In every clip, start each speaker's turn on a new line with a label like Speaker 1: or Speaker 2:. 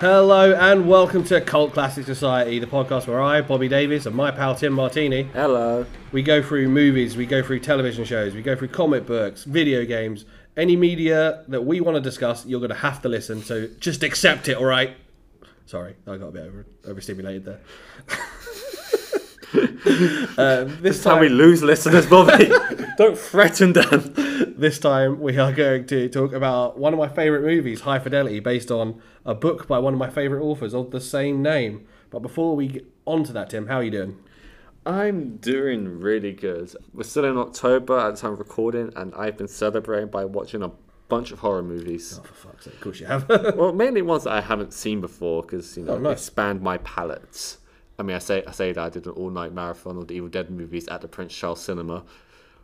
Speaker 1: Hello and welcome to Cult Classic Society, the podcast where I, Bobby Davis, and my pal Tim Martini,
Speaker 2: Hello.
Speaker 1: we go through movies, we go through television shows, we go through comic books, video games, any media that we want to discuss, you're going to have to listen, so just accept it, all right? Sorry, I got a bit over, overstimulated there. Uh, this
Speaker 2: That's how we
Speaker 1: time,
Speaker 2: lose listeners, Bobby. Don't threaten them.
Speaker 1: this time we are going to talk about one of my favourite movies, High Fidelity, based on a book by one of my favourite authors of the same name. But before we get onto that, Tim, how are you doing?
Speaker 2: I'm doing really good. We're still in October at the time of recording, and I've been celebrating by watching a bunch of horror movies.
Speaker 1: For fuck's sake, of course you have. Uh,
Speaker 2: Well, mainly ones that I haven't seen before, because you know
Speaker 1: Oh, nice.
Speaker 2: expand my palette. I mean, I say I say that I did an all-night marathon of the Evil Dead movies at the Prince Charles Cinema,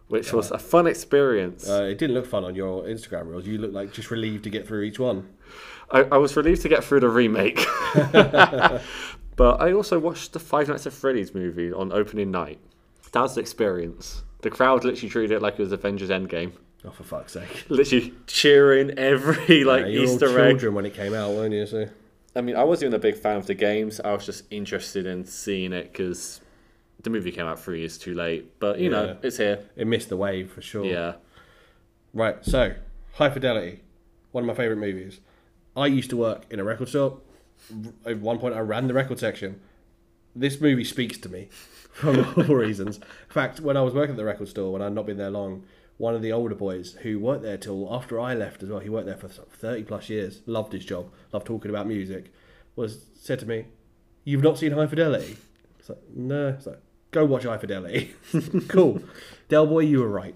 Speaker 2: which was a fun experience.
Speaker 1: uh, it didn't look fun on your Instagram reels. You look like just relieved to get through each one.
Speaker 2: I, I was relieved to get through the remake. but I also watched the Five Nights at Freddy's movie on opening night. That was the experience. The crowd literally treated it like it was Avengers Endgame.
Speaker 1: Oh, for fuck's sake!
Speaker 2: Literally cheering every like
Speaker 1: Uh, you were all
Speaker 2: Easter egg.
Speaker 1: children when it came out, weren't you? So
Speaker 2: I mean, I wasn't even a big fan of the games. I was just interested in seeing it because the movie came out three years too late. But
Speaker 1: Yeah.
Speaker 2: you know, it's here.
Speaker 1: it missed the wave for sure.
Speaker 2: Yeah.
Speaker 1: Right. So High Fidelity, one of my favorite movies. I used to work in a record store. R- At one point, I ran the record section. This movie speaks to me for multiple reasons. In fact, when I was working at the record store, when I'd not been there long, one of the older boys who worked there till after I left as well, he worked there for sort of 30 plus years, loved his job, loved talking about music, was said to me, You've not seen High Fidelity? It's like, No. It's like, Go watch High Fidelity. cool. Del Boy, you were right.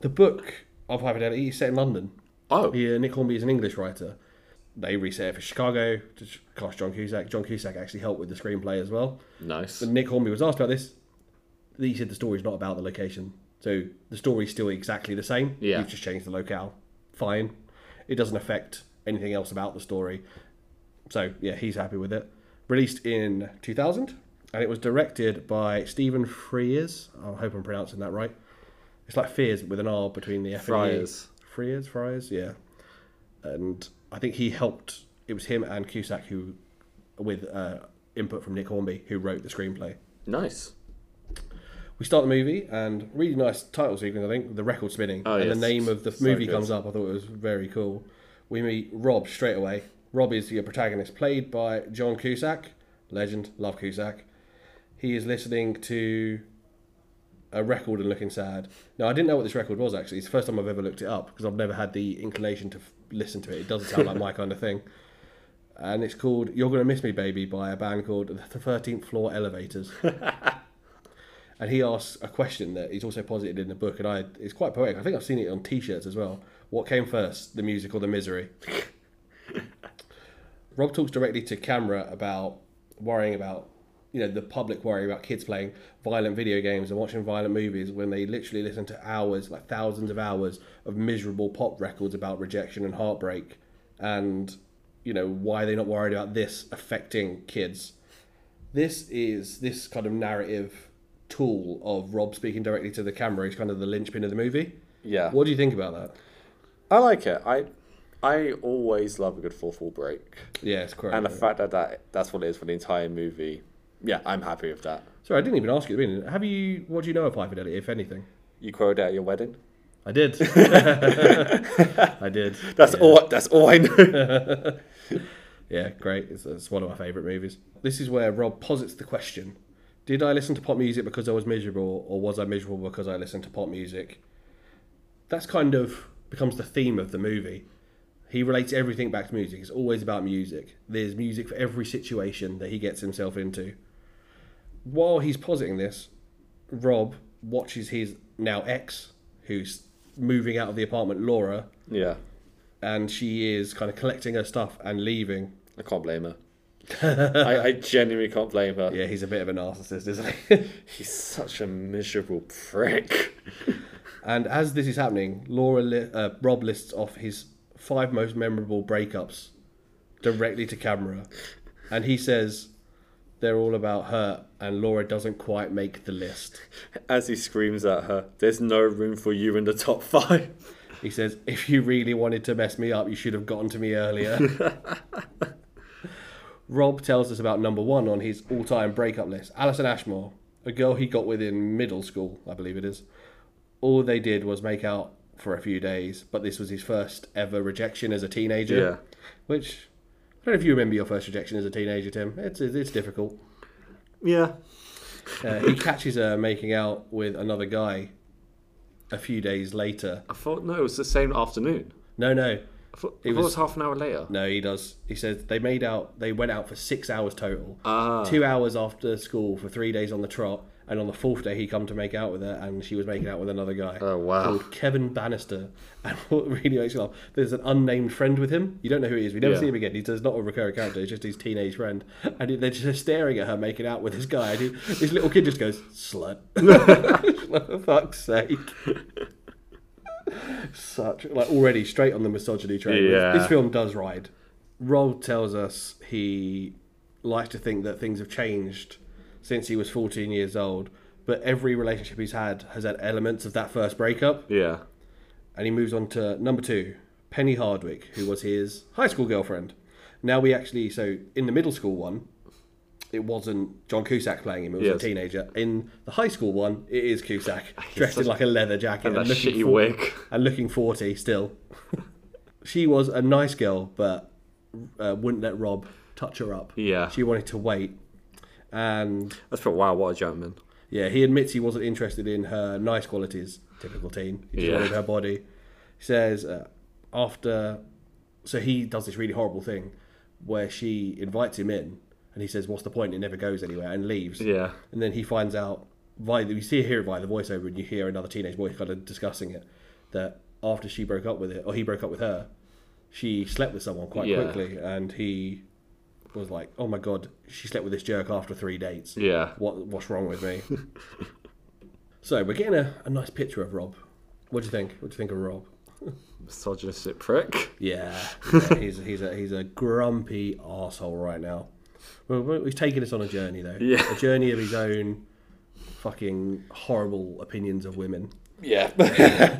Speaker 1: The book of High Fidelity is set in London.
Speaker 2: Oh,
Speaker 1: Yeah, Nick Hornby is an English writer. They reset it for Chicago to sh- cast John Cusack. John Cusack actually helped with the screenplay as well.
Speaker 2: nice.
Speaker 1: But Nick Hornby was asked about this. He said the story's not about the location. So the story's still exactly the same.
Speaker 2: Yeah.
Speaker 1: You've just changed the locale. Fine. It doesn't affect anything else about the story. So yeah, he's happy with it. Released in 2000, and it was directed by Stephen Frears. I hope I'm pronouncing that right. It's like Fears with an R between the F and E.
Speaker 2: Frears.
Speaker 1: Frears, Frears, yeah. And I think he helped. It was him and Cusack who, with uh, input from Nick Hornby, who wrote the screenplay.
Speaker 2: Nice.
Speaker 1: We start the movie and really nice title sequence. I think the record spinning
Speaker 2: Oh,
Speaker 1: and
Speaker 2: yes.
Speaker 1: the name of the
Speaker 2: So
Speaker 1: movie
Speaker 2: good.
Speaker 1: comes up. I thought it was very cool. We meet Rob straight away. Rob is your protagonist, played by John Cusack, legend. Love Cusack. He is listening to a record and looking sad. Now I didn't know what this record was actually. It's the first time I've ever looked it up because I've never had the inclination to f- listen to it. It doesn't sound like my kind of thing. And it's called "You're Gonna Miss Me, Baby" by a band called the Thirteenth Floor Elevators and he asks a question that he's also posited in the book, and I it's quite poetic. I think I've seen it on T-shirts as well. What came first, the music or the misery? Rob talks directly to camera about worrying about you know the public worry about kids playing violent video games and watching violent movies when they literally listen to hours, like thousands of hours of miserable pop records about rejection and heartbreak, and you know why are they not worried about this affecting kids? this is this kind of narrative tool of Rob speaking directly to the camera is kind of the linchpin of the movie.
Speaker 2: Yeah.
Speaker 1: What do you think about that?
Speaker 2: I like it. I I always love a good fourth wall break.
Speaker 1: Yeah, it's correct.
Speaker 2: And the fact that, that that's what it is for the entire movie, yeah, I'm happy with that.
Speaker 1: Sorry, I didn't even ask you at the beginning. Have you? What do you know of High Fidelity, if anything?
Speaker 2: You quoted at your wedding.
Speaker 1: I did. I did.
Speaker 2: That's all. That's all I know.
Speaker 1: Yeah, great. It's, it's one of my favourite movies. This is where Rob posits the question Did I listen to pop music because I was miserable, or was I miserable because I listened to pop music? That's kind of becomes the theme of the movie. He relates everything back to music. It's always about music. There's music for every situation that he gets himself into. While he's positing this, Rob watches his now ex, who's moving out of the apartment, Laura,
Speaker 2: yeah,
Speaker 1: and she is kind of collecting her stuff and leaving.
Speaker 2: I can't blame her. I, I genuinely can't blame her.
Speaker 1: Yeah, he's a bit of a narcissist, isn't he?
Speaker 2: He's such a miserable prick.
Speaker 1: and as this is happening, Laura li- uh, Rob lists off his five most memorable breakups directly to camera, and he says they're all about her, and Laura doesn't quite make the list.
Speaker 2: As he screams at her, "There's no room for you in the top five.
Speaker 1: He says, "If you really wanted to mess me up, you should have gotten to me earlier." Rob tells us about number one on his all time breakup list Alison Ashmore, a girl he got with in middle school, I believe it is. All they did was make out for a few days, but this was his first ever rejection as a teenager.
Speaker 2: Yeah.
Speaker 1: Which, I don't know if you remember your first rejection as a teenager, Tim. It's, it's difficult.
Speaker 2: Yeah.
Speaker 1: Uh, he catches her making out with another guy a few days later.
Speaker 2: I thought no, it was the same afternoon.
Speaker 1: No, no,
Speaker 2: I thought
Speaker 1: It
Speaker 2: I thought it
Speaker 1: was-
Speaker 2: was half an hour later.
Speaker 1: no. He does. He says they made out. They went out for six hours total.
Speaker 2: Ah.
Speaker 1: Two hours after school for three days on the trot, and on the fourth day he come to make out with her, and she was making out with another guy
Speaker 2: Oh wow.
Speaker 1: called Kevin Bannister. And what really makes me laugh, there's an unnamed friend with him. You don't know who he is. We never
Speaker 2: Yeah.
Speaker 1: see him again. He's there's not a recurring character. It's just his teenage friend, and he- they're just staring at her making out with this guy. And he, this little kid just goes slut. For fuck's sake. Such like already straight on the misogyny train.
Speaker 2: Yeah.
Speaker 1: This film does ride. Roll tells us he likes to think that things have changed since he was 14 years old, but every relationship he's had has had elements of that first breakup.
Speaker 2: Yeah.
Speaker 1: And he moves on to number two, Penny Hardwick, who was his high school girlfriend. Now we actually, so in the middle school one, it wasn't John Cusack playing him, it was
Speaker 2: Yes.
Speaker 1: a teenager. In the high school one, it is Cusack, dressed in
Speaker 2: such-
Speaker 1: like a leather jacket
Speaker 2: And that
Speaker 1: looking
Speaker 2: shitty
Speaker 1: for-
Speaker 2: wig.
Speaker 1: and looking 40 still. she was a nice girl, but uh, wouldn't let Rob touch her up.
Speaker 2: Yeah.
Speaker 1: She wanted to wait. And
Speaker 2: That's pretty wow, what a gentleman.
Speaker 1: yeah, he admits he wasn't interested in her nice qualities. Typical teen. He just
Speaker 2: Yeah.
Speaker 1: wanted her body. He says uh, after, so he does this really horrible thing where she invites him in, and he says, "What's the point? It never goes anywhere," and leaves.
Speaker 2: Yeah.
Speaker 1: And then he finds out via the, you see here via the voiceover, and you hear another teenage boy kind of discussing it that after she broke up with it, or he broke up with her, she slept with someone quite
Speaker 2: Yeah.
Speaker 1: quickly, and he was like, "Oh my god, she slept with this jerk after three dates."
Speaker 2: Yeah.
Speaker 1: What what's wrong with me? so we're getting a, a nice picture of Rob. What do you think? What do you think of Rob?
Speaker 2: Misogynistic prick.
Speaker 1: Yeah, yeah, he's he's a he's a grumpy asshole right now. Well, we- he's taking us on a journey though.
Speaker 2: Yeah.
Speaker 1: a journey of his own. Fucking horrible opinions of women.
Speaker 2: Yeah.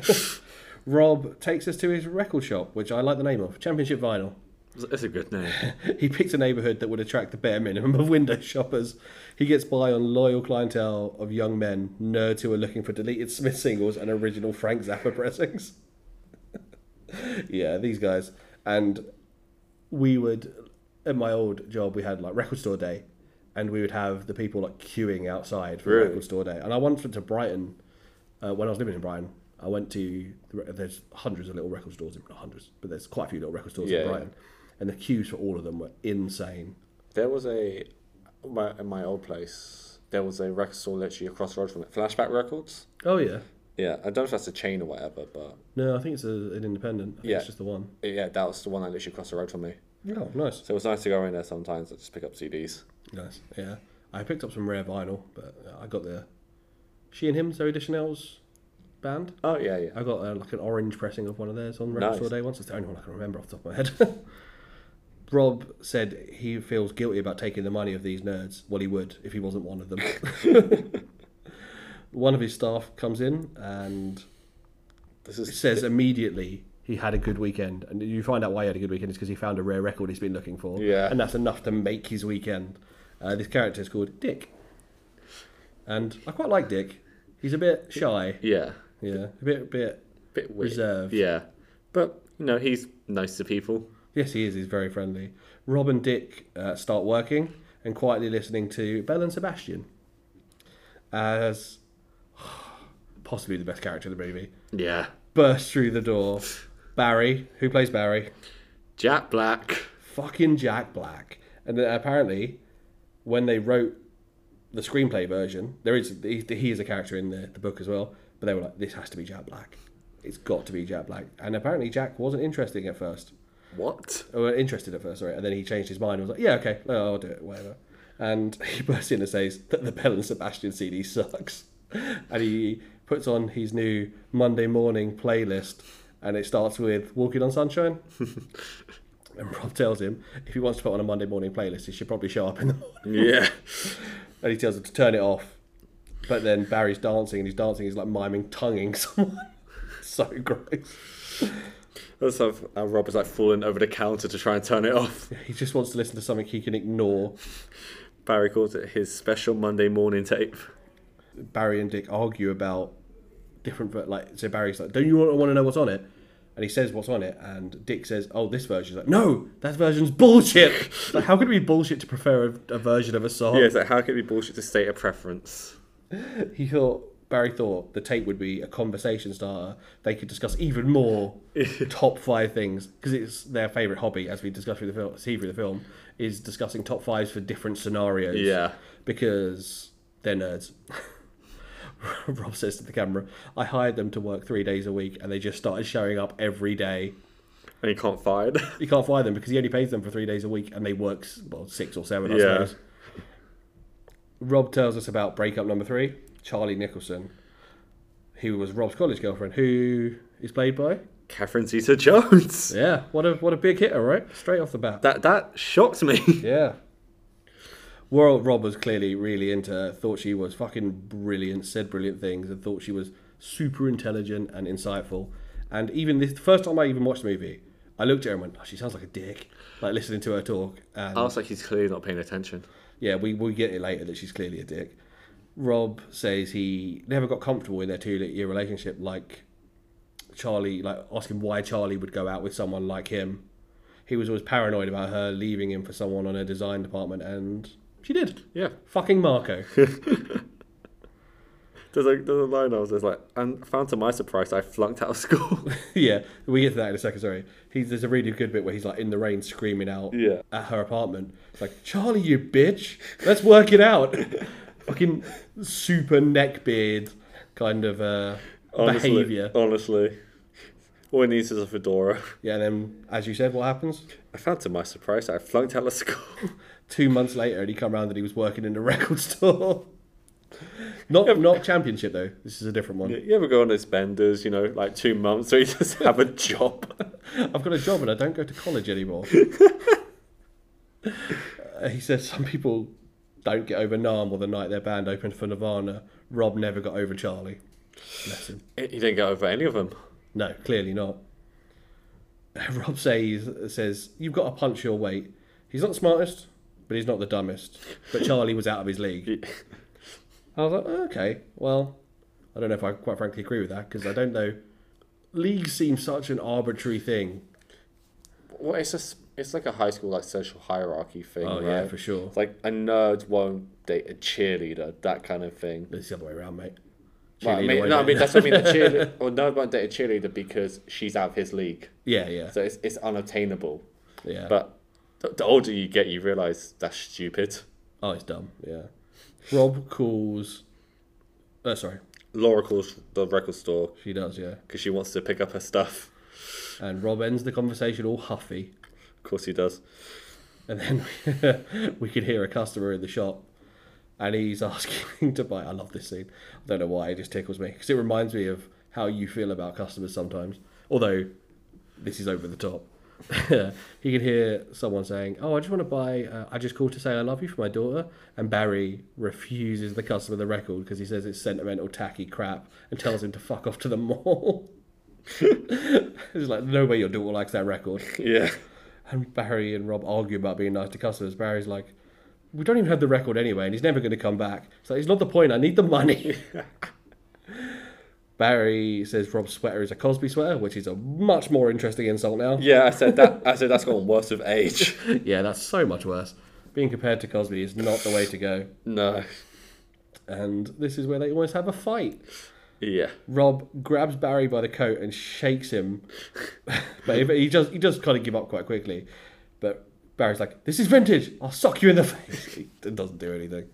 Speaker 1: Rob takes us to his record shop, which I like the name of, Championship Vinyl.
Speaker 2: That's a good name.
Speaker 1: He picks a neighbourhood that would attract the bare minimum of window shoppers. He gets by on loyal clientele of young men, nerds who are looking for deleted Smith singles and original Frank Zappa pressings. yeah, these guys. And we would, at my old job, we had like record store day, and we would have the people like queuing outside for
Speaker 2: Really?
Speaker 1: record store day. And I once went to Brighton uh, when I was living in Brighton. I went to the re- there's hundreds of little record stores, in- not hundreds, but there's quite a few little record stores
Speaker 2: Yeah,
Speaker 1: in
Speaker 2: yeah.
Speaker 1: Brighton, and the queues for all of them were insane.
Speaker 2: There was a my, in my old place. There was a record store literally across the road from it. Flashback Records.
Speaker 1: Oh yeah,
Speaker 2: Yeah, I don't know if that's a chain or whatever, but
Speaker 1: no, I think it's a, an independent. I think
Speaker 2: Yeah.
Speaker 1: it's just the one.
Speaker 2: yeah, that was the one that literally across the road from me.
Speaker 1: Oh, nice,
Speaker 2: So it was nice to go in there sometimes and just pick up CDs.
Speaker 1: nice. Yeah, I picked up some rare vinyl, but uh, I got the she and him Zoe Deschanel's band.
Speaker 2: Oh yeah, yeah.
Speaker 1: I got uh, like an orange pressing of one of theirs on record
Speaker 2: Nice.
Speaker 1: store day once. It's the only one I can remember off the top of my head. Rob said he feels guilty about taking the money of these nerds. Well, he would if he wasn't one of them. one of his staff comes in and
Speaker 2: This is
Speaker 1: says immediately he had a good weekend. And you find out why he had a good weekend is because he found a rare record he's been looking for.
Speaker 2: Yeah.
Speaker 1: And that's enough to make his weekend. Uh, this character is called Dick. And I quite like Dick. He's a bit shy.
Speaker 2: yeah,
Speaker 1: Yeah. A bit, bit
Speaker 2: bit weird.
Speaker 1: reserved.
Speaker 2: Yeah, but you know he's nice to people.
Speaker 1: Yes, he is. He's very friendly. Rob and Dick uh, start working and quietly listening to Belle and Sebastian as possibly the best character in the movie
Speaker 2: Yeah,
Speaker 1: bursts through the door. Barry, who plays Barry,
Speaker 2: Jack Black.
Speaker 1: fucking Jack Black. And then apparently, when they wrote the screenplay version, there is he, he is a character in the, the book as well. But they were like, this has to be Jack Black. It's got to be Jack Black. And apparently, Jack wasn't interesting at first.
Speaker 2: What?
Speaker 1: or Oh, interested at first, sorry, and then he changed his mind and was like, yeah, okay, no, I'll do it, whatever. And he bursts in and says that the Bell and Sebastian CD sucks. And he puts on his new Monday morning playlist and it starts with Walking on Sunshine. and Rob tells him if he wants to put on a Monday morning playlist, he should probably show up in the morning.
Speaker 2: Yeah,
Speaker 1: And he tells him to turn it off. But then Barry's dancing and he's dancing, he's like miming tonguing someone. so gross.
Speaker 2: That's how, how Rob is like falling over the counter to try and turn it off.
Speaker 1: He just wants to listen to something he can ignore.
Speaker 2: Barry calls it his special Monday morning tape.
Speaker 1: Barry and Dick argue about different, ver- like, so Barry's like, don't you want to know what's on it? And he says what's on it, and Dick says, oh, this version's like, no, that version's bullshit. It's like, how could it be bullshit to prefer a, a version of a song?
Speaker 2: Yeah, it's like how can it be bullshit to state a preference?
Speaker 1: He thought, Barry thought the tape would be a conversation starter. They could discuss even more top five things because it's their favorite hobby, as we discussed through the film. See through the film is discussing top fives for different scenarios.
Speaker 2: Yeah.
Speaker 1: because they're nerds. Rob says to the camera, "I hired them to work three days a week, and they just started showing up every day.
Speaker 2: And you can't find.
Speaker 1: You can't fire them because he only pays them for three days a week, and they work s- well six or seven, I
Speaker 2: Yeah.
Speaker 1: suppose." Rob tells us about breakup number three, Charlie Nicholson, who was Rob's college girlfriend, who is played by
Speaker 2: Catherine Zeta Jones.
Speaker 1: yeah, what a what a big hitter, right? Straight off the bat.
Speaker 2: That that shocked me.
Speaker 1: Yeah. Well, Rob was clearly really into her, thought she was fucking brilliant, said brilliant things, and thought she was super intelligent and insightful. And even this the first time I even watched the movie, I looked at her and went, oh, she sounds like a dick. Like listening to her talk. And
Speaker 2: I was like, he's clearly not paying attention.
Speaker 1: yeah, we we get it later that she's clearly a dick. Rob says he never got comfortable in their two year relationship, like Charlie, like asking why Charlie would go out with someone like him. He was always paranoid about her leaving him for someone on her design department, and she did.
Speaker 2: Yeah.
Speaker 1: Fucking Marco.
Speaker 2: There's a, there's a line I was just like, and found to my surprise, I flunked out of school.
Speaker 1: yeah, we get to that in a second. Sorry, he's there's a really good bit where he's like in the rain screaming out
Speaker 2: Yeah.
Speaker 1: at her apartment. It's like Charlie, you bitch, let's work it out. Fucking super neckbeard kind of uh,
Speaker 2: Honestly,
Speaker 1: behavior.
Speaker 2: Honestly. All he needs is a fedora.
Speaker 1: Yeah, and then as you said, what happens?
Speaker 2: I found to my surprise, I flunked out of school.
Speaker 1: Two months later, and he come round and he was working in a record store. Not not championship though. This is a different one.
Speaker 2: you ever go on those benders, you know, like two months, so you just have a job?
Speaker 1: I've got a job and I don't go to college anymore. Uh, he says some people don't get over Nam or the night their band opened for Nirvana. Rob never got over Charlie. Bless him.
Speaker 2: He didn't get over any of them.
Speaker 1: No, clearly not. Rob says says you've got to punch your weight. He's not the smartest, but he's not the dumbest. But Charlie was out of his league. I was like, okay, well, I don't know if I quite frankly agree with that because I don't know. Leagues seem such an arbitrary thing.
Speaker 2: Well, it's just it's like a high school like social hierarchy thing,
Speaker 1: Oh
Speaker 2: right?
Speaker 1: yeah, for sure.
Speaker 2: It's like a nerd won't date a cheerleader, that kind of thing.
Speaker 1: It's the other way around, mate.
Speaker 2: Well, I
Speaker 1: Cheerleader
Speaker 2: mean,
Speaker 1: way,
Speaker 2: no, I
Speaker 1: mate.
Speaker 2: mean that's what I mean. A cheerleader, or nerd won't date a cheerleader because she's out of his league,
Speaker 1: yeah, yeah,
Speaker 2: so it's it's unobtainable.
Speaker 1: yeah.
Speaker 2: But the, the older you get, you realize that's stupid.
Speaker 1: oh, it's dumb. Yeah. Rob calls. Oh, sorry,
Speaker 2: Laura calls the record store
Speaker 1: she does. Yeah,
Speaker 2: because she wants to pick up her stuff.
Speaker 1: and Rob ends the conversation all huffy.
Speaker 2: Of course, he does.
Speaker 1: And then we could hear a customer in the shop and he's asking to buy. I love this scene. I don't know why, it just tickles me because it reminds me of how you feel about customers sometimes. Although this is over the top. he can hear someone saying, Oh, I just want to buy, uh, I just called to say I love you for my daughter. And Barry refuses the customer the record because he says it's sentimental, tacky crap and tells him to fuck off to the mall. it's like, No way your daughter likes that record.
Speaker 2: Yeah.
Speaker 1: And Barry and Rob argue about being nice to customers. Barry's like, we don't even have the record anyway, and he's never going to come back. So it's not the point. I need the money. Barry says Rob's sweater is a Cosby sweater, which is a much more interesting insult now.
Speaker 2: Yeah, I said that. I said that's gotten worse with age.
Speaker 1: Yeah, that's so much worse. Being compared to Cosby is not the way to go.
Speaker 2: No.
Speaker 1: And this is where they almost have a fight.
Speaker 2: Yeah.
Speaker 1: Rob grabs Barry by the coat and shakes him, but he- but he does he does kind of give up quite quickly. But Barry's like, "This is vintage. I'll sock you in the face." He doesn't do anything.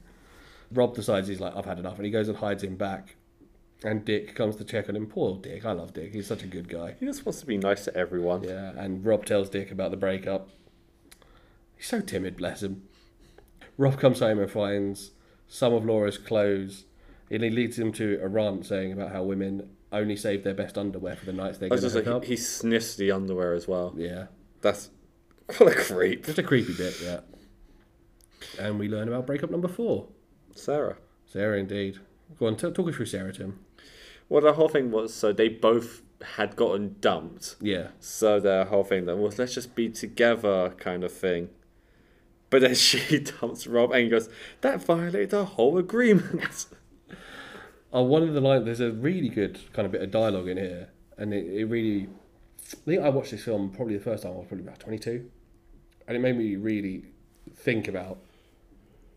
Speaker 1: Rob decides he's like, "I've had enough," and he goes and hides him back. And Dick comes to check on him. Poor old Dick. I love Dick. He's such a good guy.
Speaker 2: He just wants to be nice to everyone.
Speaker 1: Yeah, and Rob tells Dick about the breakup. He's so timid, bless him. Rob comes home and finds some of Laura's clothes, and he leads him to a rant saying about how women only save their best underwear for the nights they're
Speaker 2: I was
Speaker 1: going to hook
Speaker 2: just like,
Speaker 1: up.
Speaker 2: he, he sniffs the underwear as well.
Speaker 1: Yeah,
Speaker 2: That's what a creep.
Speaker 1: just a creepy bit, yeah. And we learn about breakup number four.
Speaker 2: Sarah.
Speaker 1: Sarah, indeed. Go on, t- talk us through Sarah, Tim.
Speaker 2: Well, the whole thing was so they both had gotten dumped.
Speaker 1: Yeah.
Speaker 2: So their whole thing then was let's just be together kind of thing. But then she dumps Rob and he goes, That violated our whole agreement.
Speaker 1: Oh, one of the lines, there's a really good kind of bit of dialogue in here, and it, it really. I think I watched this film probably the first time I was probably about 22, and it made me really think about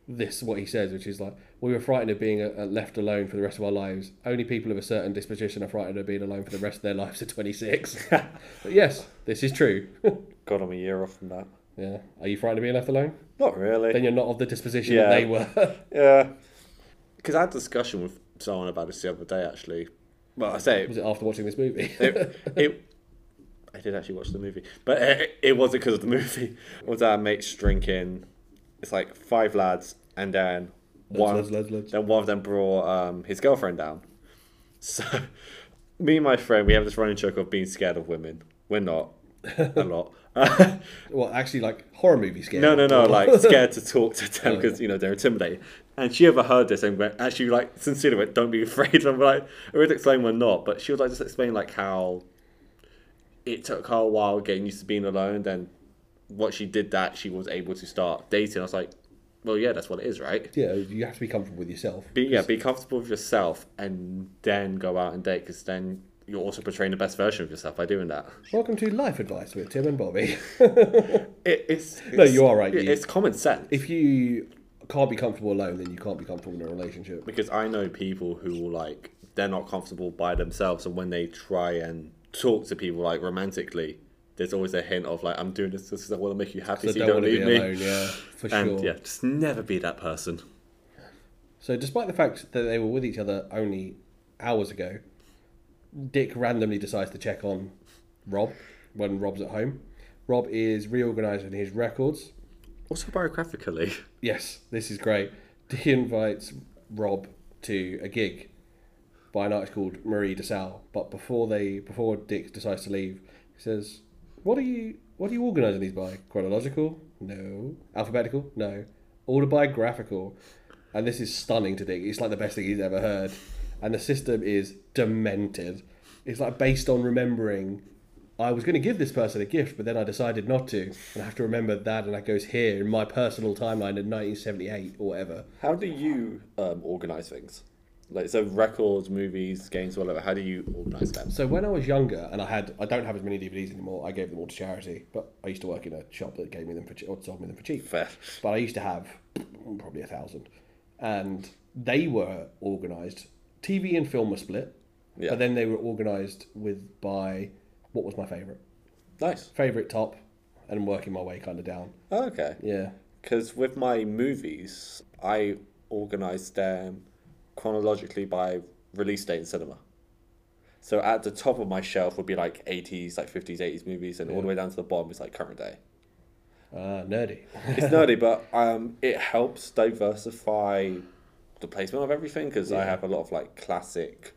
Speaker 1: this, what he says, which is like, we were frightened of being uh, left alone for the rest of our lives. Only people of a certain disposition are frightened of being alone for the rest of their lives at 26. but yes, this is true.
Speaker 2: Got him a year off from that.
Speaker 1: yeah. Are you frightened of being left alone?
Speaker 2: Not really.
Speaker 1: Then you're not of the disposition that
Speaker 2: Yeah.
Speaker 1: they were.
Speaker 2: Yeah. Because I had a discussion with someone about this the other day, actually. Well, I say
Speaker 1: was
Speaker 2: it.
Speaker 1: it after watching this movie?
Speaker 2: it, it- I did actually watch the movie, but it, it wasn't because of the movie. It was our mates drinking. It's like five lads, and then one,
Speaker 1: lads, lads, lads.
Speaker 2: then one of them brought um, his girlfriend down. So, me and my friend, we have this running joke of being scared of women. We're not a lot.
Speaker 1: well, actually, like horror movie scare.
Speaker 2: No, no, no. Like scared to talk to them because you know they're intimidating. And she overheard this and went, actually, like sincerely, went, "Don't be afraid." And we're like, I would explain we're not, but she was like, just explain like how it took her a while getting used to being alone. Then once she did that, she was able to start dating. I was like, well, yeah, that's what it is, right?
Speaker 1: yeah, you have to be comfortable with yourself.
Speaker 2: Be, yeah, be comfortable with yourself and then go out and date because then you're also portraying the best version of yourself by doing that.
Speaker 1: Welcome to Life Advice with Tim and Bobby.
Speaker 2: It, it's, it's
Speaker 1: you are right,
Speaker 2: it-
Speaker 1: you-
Speaker 2: it's common sense.
Speaker 1: if you can't be comfortable alone, then you can't be comfortable in a relationship.
Speaker 2: because I know people who will like they're not comfortable by themselves, and when they try and talk to people like romantically, there's always a hint of like I'm doing this because I want to make you happy,
Speaker 1: So
Speaker 2: so you
Speaker 1: don't,
Speaker 2: don't
Speaker 1: want to be
Speaker 2: leave me.
Speaker 1: alone, yeah, for
Speaker 2: And
Speaker 1: sure.
Speaker 2: yeah, just never be that person.
Speaker 1: So, despite the fact that they were with each other only hours ago, Dick randomly decides to check on Rob when Rob's at home. Rob is reorganizing his records.
Speaker 2: Also biographically,
Speaker 1: Yes, this is great. He invites Rob to a gig by an artist called Marie DeSalle. But before they before Dick decides to leave, he says, What are you what are you organising these by? Chronological? No. Alphabetical? No. Autobiographical. And this is stunning to Dick. It's like the best thing he's ever heard. And the system is demented. It's like based on remembering I was going to give this person a gift, but then I decided not to. And I have to remember that, and that goes here in my personal timeline in 1978 or whatever.
Speaker 2: how do you um, organize things? Like so, records, movies, games, whatever. How do you organize them?
Speaker 1: So when I was younger, and I had, I don't have as many DVDs anymore. I gave them all to charity, but I used to work in a shop that gave me them for che- or sold me them for cheap.
Speaker 2: Fair.
Speaker 1: But I used to have probably a thousand, and they were organised. TV and film were split,
Speaker 2: Yeah.
Speaker 1: but then they were organised with by what was my favourite,
Speaker 2: Nice.
Speaker 1: favourite top, and working my way kind of down.
Speaker 2: Oh, okay.
Speaker 1: Yeah,
Speaker 2: Because with my movies, I organise them chronologically by release date in cinema. So at the top of my shelf would be like 80s, like 50s, 80s movies, and all the way down to the bottom is like current day.
Speaker 1: uh, nerdy.
Speaker 2: It's nerdy, but um, it helps diversify the placement of everything because I have a lot of like classic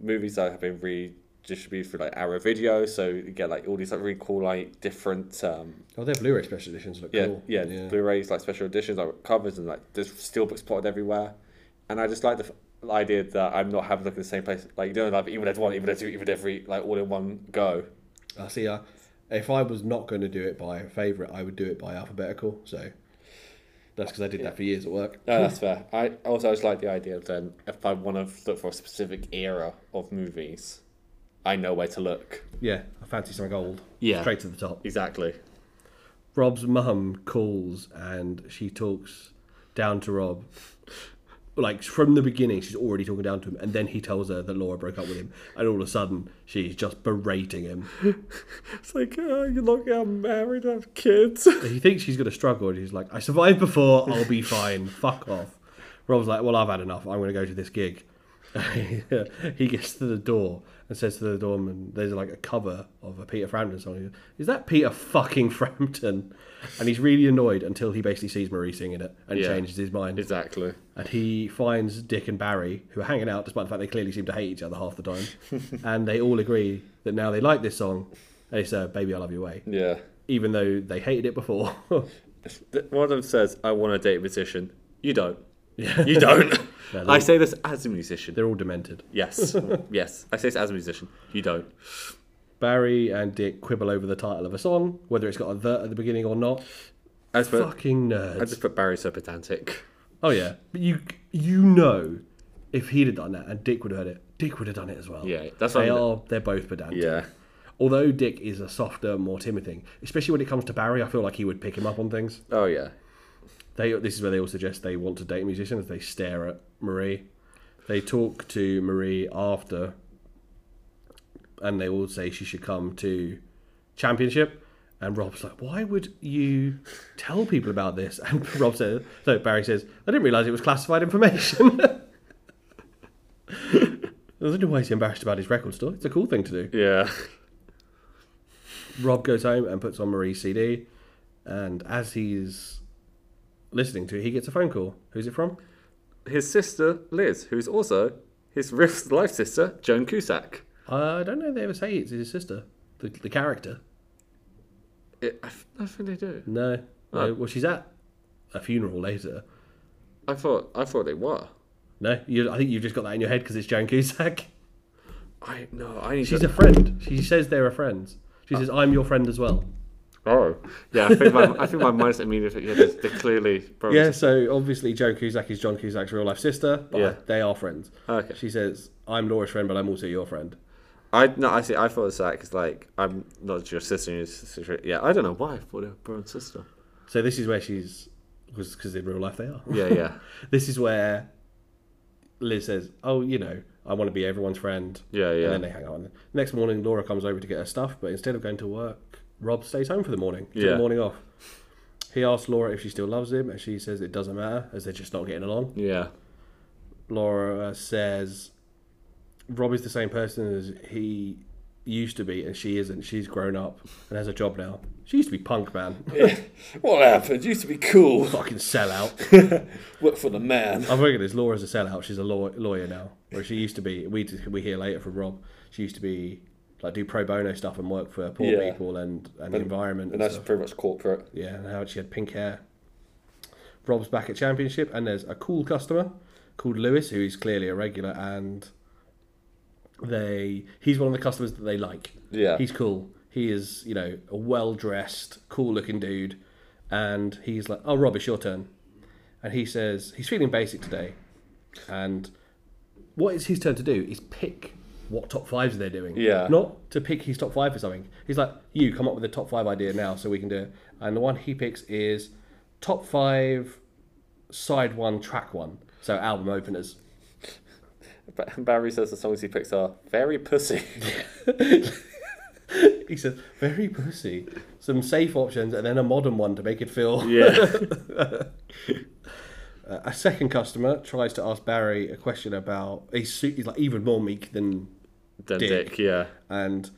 Speaker 2: movies that have been redistributed through like Arrow Video. So you get like all these like really cool, like different um,
Speaker 1: Oh, their Blu-ray special editions look
Speaker 2: yeah,
Speaker 1: cool.
Speaker 2: yeah,
Speaker 1: yeah.
Speaker 2: Blu-rays like special editions, like covers, and like there's steelbooks plotted everywhere. And I just like the f- idea that I'm not having to look in the same place. Like you don't have Evil Dead One, Evil Dead Two, Evil Dead Three, like all in one go.
Speaker 1: I see. I, if I was not going to do it by favourite, I would do it by alphabetical. So that's because I did that for years at work.
Speaker 2: No, that's fair. I also I just like the idea of then if I want to look for a specific era of movies, I know where to look.
Speaker 1: Yeah, I fancy something old.
Speaker 2: Yeah.
Speaker 1: Straight to the top.
Speaker 2: Exactly.
Speaker 1: Rob's mum calls and she talks down to Rob. Like from the beginning, she's already talking down to him, and then he tells her that Laura broke up with him, and all of a sudden, she's just berating him.
Speaker 2: It's like uh, you're not getting married, have kids.
Speaker 1: He thinks she's going to struggle, and he's like, I survived before, I'll be fine, fuck off. Rob's like, Well, I've had enough, I'm going to go to this gig. he gets to the door and says to the doorman, There's like a cover of a Peter Frampton song. He goes, Is that Peter fucking Frampton? And he's really annoyed until he basically sees Marie singing it and
Speaker 2: Yeah.
Speaker 1: changes his mind.
Speaker 2: exactly.
Speaker 1: And he finds Dick and Barry, who are hanging out despite the fact they clearly seem to hate each other half the time. and they all agree that now they like this song. And it's uh, Baby, I Love Your Way,
Speaker 2: Yeah.
Speaker 1: even though they hated it before.
Speaker 2: One of them says, "I want to date a musician." You don't. You don't.
Speaker 1: they're,
Speaker 2: I
Speaker 1: all,
Speaker 2: say this as a musician.
Speaker 1: they're all demented.
Speaker 2: Yes, yes. I say this as a musician. You don't.
Speaker 1: Barry and Dick quibble over the title of a song, whether it's got a the at the beginning or not.
Speaker 2: I just put,
Speaker 1: Fucking
Speaker 2: I
Speaker 1: nerds.
Speaker 2: just put Barry so pedantic.
Speaker 1: Oh yeah, but you you know, if he'd have done that and Dick would have heard it, Dick would have done it as well.
Speaker 2: Yeah, that's what
Speaker 1: they
Speaker 2: I'm-
Speaker 1: are. They're both pedantic.
Speaker 2: Yeah.
Speaker 1: Although Dick is a softer, more timid thing, especially when it comes to Barry, I feel like he would pick him up on things.
Speaker 2: Oh yeah.
Speaker 1: They this is where they all suggest they want to date musicians. They stare at Marie. They talk to Marie after, and they all say she should come to championship. And Rob's like, "Why would you tell people about this?" And Rob says, "No." Barry says, "I didn't realize it was classified information." There's no way he's embarrassed about his record store. It's a cool thing to do.
Speaker 2: Yeah.
Speaker 1: Rob goes home and puts on Marie's CD, and as he's listening to it, he gets a phone call. Who's it from?
Speaker 2: His sister Liz, who's also his real life sister, Joan Cusack.
Speaker 1: I don't know. If they ever say it's his sister, the, the character.
Speaker 2: It, I, f- I think they do.
Speaker 1: No, no. Well, she's at a funeral later.
Speaker 2: I thought I thought they were.
Speaker 1: No, you, I think you've just got that in your head because it's Joan Cusack.
Speaker 2: I no. I need
Speaker 1: She's
Speaker 2: to.
Speaker 1: a friend. She says they are friends. She says, "I'm your friend as well."
Speaker 2: oh. Yeah. I think my I think my mind's immediately. Yeah. They're, they're clearly. Probably
Speaker 1: Yeah. So obviously, Joan Cusack is John Cusack's real life sister, but
Speaker 2: Yeah.
Speaker 1: they are friends.
Speaker 2: Okay.
Speaker 1: She says, "I'm Laura's friend, but I'm also your friend."
Speaker 2: I no. I see. I thought it's like it's like I'm not your sister. Your sister. Yeah. I don't know why I thought they were brother and sister.
Speaker 1: So this is where she's because in real life they are.
Speaker 2: Yeah. Yeah.
Speaker 1: This is where Liz says, "Oh, you know, I want to be everyone's friend."
Speaker 2: Yeah. Yeah.
Speaker 1: And then they hang on. Next morning, Laura comes over to get her stuff, but instead of going to work, Rob stays home for the morning. took
Speaker 2: Yeah.
Speaker 1: The morning off. He asks Laura if she still loves him, and she says it doesn't matter as they're just not getting along.
Speaker 2: yeah.
Speaker 1: Laura says Rob is the same person as he used to be, and she isn't. She's grown up and has a job now. She used to be punk man,
Speaker 3: What happened? Used to be cool.
Speaker 1: fucking sellout.
Speaker 3: Work for the man.
Speaker 1: I've reckon this Laura's a sellout. She's a law- lawyer now, where she used to be. We we hear later from Rob. She used to be like do pro bono stuff and work for poor
Speaker 3: Yeah.
Speaker 1: people and, and the environment.
Speaker 3: And
Speaker 1: And
Speaker 3: that's
Speaker 1: stuff.
Speaker 3: pretty much corporate.
Speaker 1: Yeah, and how she had pink hair. Rob's back at championship, and there's a cool customer called Lewis, who is clearly a regular, and they he's one of the customers that they like.
Speaker 3: Yeah.
Speaker 1: he's cool. He is you know a well dressed, cool looking dude, and he's like, "Oh, Rob, it's your turn," and he says he's feeling basic today, and what it's his turn to do is pick what top fives they're doing.
Speaker 3: Yeah.
Speaker 1: Not to pick his top five for something. He's like, you come up with a top five idea now so we can do it. And the one he picks is top five side one, track one. So album openers.
Speaker 2: Ba- Barry says the songs he picks are very pussy.
Speaker 1: He says, very pussy. Some safe options and then a modern one to make it feel.
Speaker 2: Yeah.
Speaker 1: A second customer tries to ask Barry a question about. He's, su- he's like even more meek than
Speaker 2: Then
Speaker 1: Dick.
Speaker 2: Dick. Yeah.
Speaker 1: and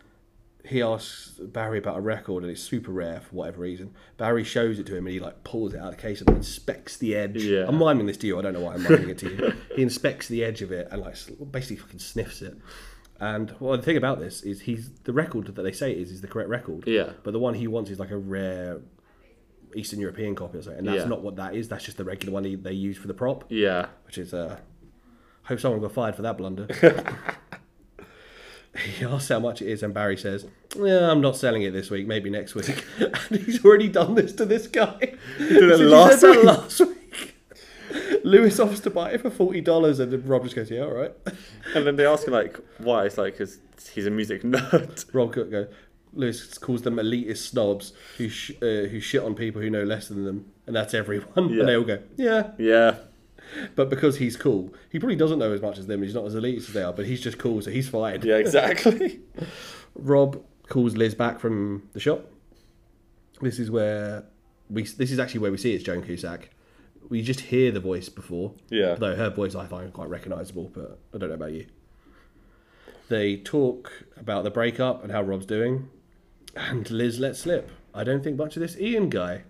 Speaker 1: he asks Barry about a record and it's super rare for whatever reason. Barry shows it to him and he like pulls it out of the case and inspects the edge.
Speaker 2: Yeah.
Speaker 1: I'm miming this to you. I don't know why I'm miming it to you. He inspects the edge of it and like sl- basically fucking sniffs it. And well, the thing about this is he's the record that they say it is is the correct record.
Speaker 2: Yeah.
Speaker 1: But the one he wants is like a rare Eastern European copy or something, and that's
Speaker 2: Yeah.
Speaker 1: not what that is. That's just the regular one he, they use for the prop
Speaker 2: Yeah.
Speaker 1: which is uh hope someone got fired for that blunder. he asks how much it is, and Barry says, "Yeah, I'm not selling it this week. Maybe next week." and he's already done this to this guy. He
Speaker 2: it
Speaker 1: said
Speaker 2: last
Speaker 1: that last week. Lewis offers to buy it for forty dollars, and then Rob just goes, "Yeah, all right."
Speaker 2: And then they ask him like why. It's like because he's a music nerd.
Speaker 1: Rob go- go. Lewis calls them elitist snobs who sh- uh, who shit on people who know less than them, and that's everyone.
Speaker 2: Yeah.
Speaker 1: And they all go, "Yeah,
Speaker 2: Yeah.
Speaker 1: But because he's cool, he probably doesn't know as much as them. He's not as elitist as they are, but he's just cool, so he's fine.
Speaker 2: Yeah. Exactly.
Speaker 1: Rob calls Liz back from the shop. This is where we. This is actually where we see it's Joan Cusack. We just hear the voice before.
Speaker 2: Yeah.
Speaker 1: Though her voice I find quite recognisable, but I don't know about you. They talk about the breakup and how Rob's doing, and Liz lets slip. I don't think much of this Ian guy.